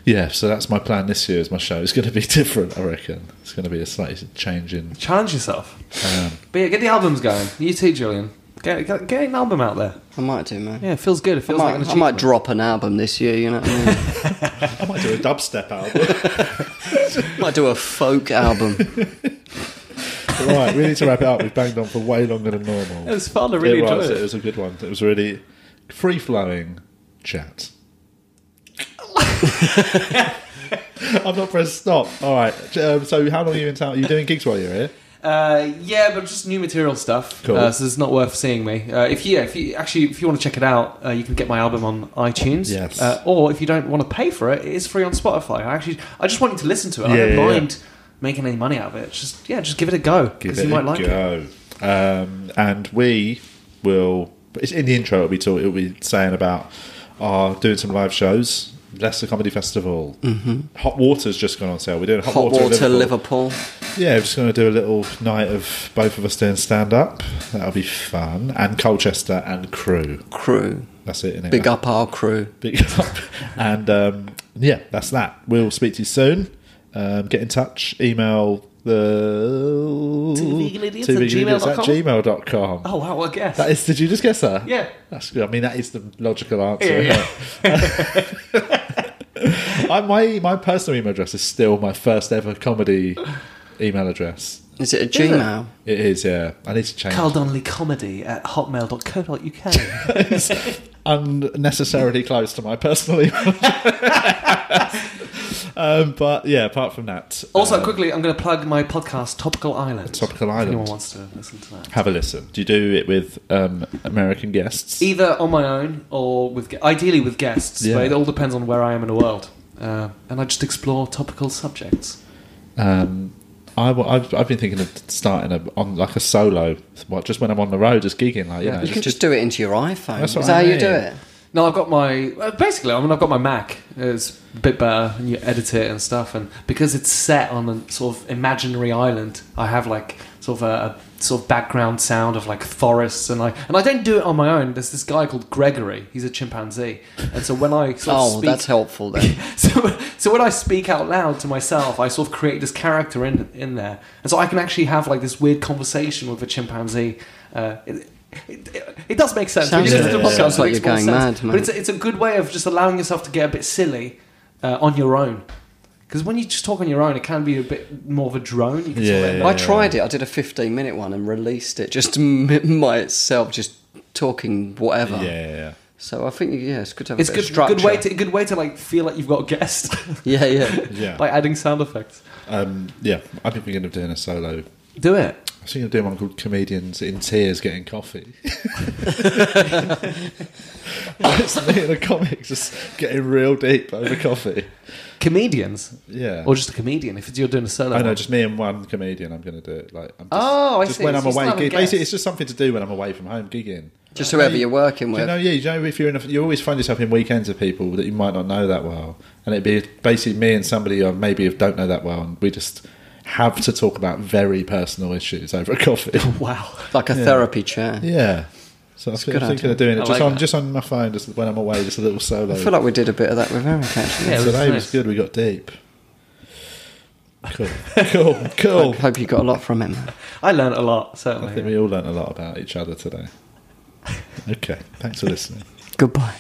Yeah, so that's my plan this year. Is my show? It's going to be different, I reckon. It's going to be a slightly changing.
Challenge yourself.
Um,
But yeah, get the albums going. You too, Julian. Get, get, get an album out there.
I might do, man.
Yeah, it feels good. It
I
feels like an
might, I
achievement.
might drop an album this year, you know what I mean?
I might do a dubstep album.
might do a folk album.
right, we need to wrap it up. We've banged on for way longer than normal.
It was fun. I really
it
enjoyed
was.
it.
It was a good one. It was really free flowing chat. I'm not pressed stop. All right. Um, so, how long are you in town? Are you doing gigs while you're here?
Uh, yeah, but just new material stuff.
Cool.
Uh, so it's not worth seeing me. Uh, if you, yeah, if you actually, if you want to check it out, uh, you can get my album on iTunes.
Yes.
Uh, or if you don't want to pay for it, it is free on Spotify. I actually, I just want you to listen to it. I
Yeah,
don't
yeah, yeah.
mind making any money out of it. It's just yeah, just give it a go because you might like it.
it. Um, and we will. It's in the intro. It'll be talk, it'll be saying about our doing some live shows. Leicester Comedy Festival. Mm-hmm. Hot Water's just gone on sale. We're doing Hot,
Hot
Water, in
water,
Liverpool.
Liverpool.
Yeah, we're just going to do a little night of both of us doing stand up. That'll be fun. And Colchester and crew.
Crew.
That's it. Innit?
Big up our crew.
Big up. And um, yeah, that's that. We'll speak to you soon. Um, get in touch. Email the
TVGidiots
TV Gidiots
at
at gmail.com.
Oh wow, well, I guess.
That is, did you just guess that?
Yeah.
That's good. I mean, that is the logical answer.
Yeah,
I, my, my personal email address is still my first ever comedy email address.
Is it a Gmail?
It is, yeah. I need to change
Carl Donnelly comedy at hotmail.co.uk.
unnecessarily close to my personal email. address. Um, but yeah, apart from that,
Also,
uh,
quickly, I'm going to plug my podcast, Topical Island.
Topical
If anyone
Island.
wants to listen to that.
have a listen. Do you do it with um, American guests?
Either on my own or with, gu- ideally with guests,
Yeah.
but it all depends on where I am in the world. Uh, and I just explore topical subjects.
Um, I, have I've been thinking of starting a, on like a solo, what, just when I'm on the road, just gigging, like you know,
You can just do it into your iPhone.
That's
Is
what
that how
I
you
mean.
do it?
No, I've got my uh, basically. I mean, I've got my Mac. It's a bit better, and you edit it and stuff. And because it's set on a sort of imaginary island, I have like sort of a, a sort of background sound of like forests, and I and I don't do it on my own. There's this guy called Gregory. He's a chimpanzee, and so when I sort of
Oh,
speak,
that's helpful then.
so, so when I speak out loud to myself, I sort of create this character in in there, and so I can actually have like this weird conversation with a chimpanzee. Uh, it, it, it, it does make sense. When you
Sounds-
listen to the
yeah,
podcast,
sounds
it
like
makes
you're
more
going
sense.
mad, mate.
But it's a, it's a good way of just allowing yourself to get a bit silly uh, on your own. Because when you just talk on your own, it can be a bit more of a drone. You can sort of-
Yeah.
I tried it. I did a 15 minute one and released it just m- by itself, just talking whatever.
yeah, yeah, yeah.
So I think yeah, it's good to have
It's
a
a
bit
good,
of structure.
good way to good way to like feel like you've got a guest
Yeah, yeah.
Yeah.
by adding sound effects.
Um, yeah, I've been thinking of doing a solo.
Do it.
I was thinking of doing one called "Comedians in Tears Getting Coffee." it's me and the comics just getting real deep over coffee.
Comedians
Yeah,
or just a comedian if you're doing a solo.
I know,
one.
just me and one comedian. I'm going to do it. Like, I'm just,
Oh, I
just
see.
when
So
I'm
you still
away.
have a
Gig.
guest.
Basically, it's just something to do when I'm away from home gigging.
Just whoever you're working
Do you
with.
know, yeah, you know, if you're in, a, you always find yourself in weekends with people that you might not know that well, and it'd be basically me and somebody I maybe don't know that well, and we just have to talk about very personal issues over a coffee.
wow.
like a therapy chat.
yeah, so I was
a good idea.
thinking of doing
I
it just
like
on
that.
just on my phone, just when I'm away, just a little solo.
I feel like we did a bit of that with Eric actually.
Yeah, it
so
was
that
nice.
was good. We got deep. Cool, cool, cool.
Hope you got a lot from it, man.
I learned a lot,
I think
certainly.
we all learnt a lot about each other today. Okay, thanks for listening.
Goodbye.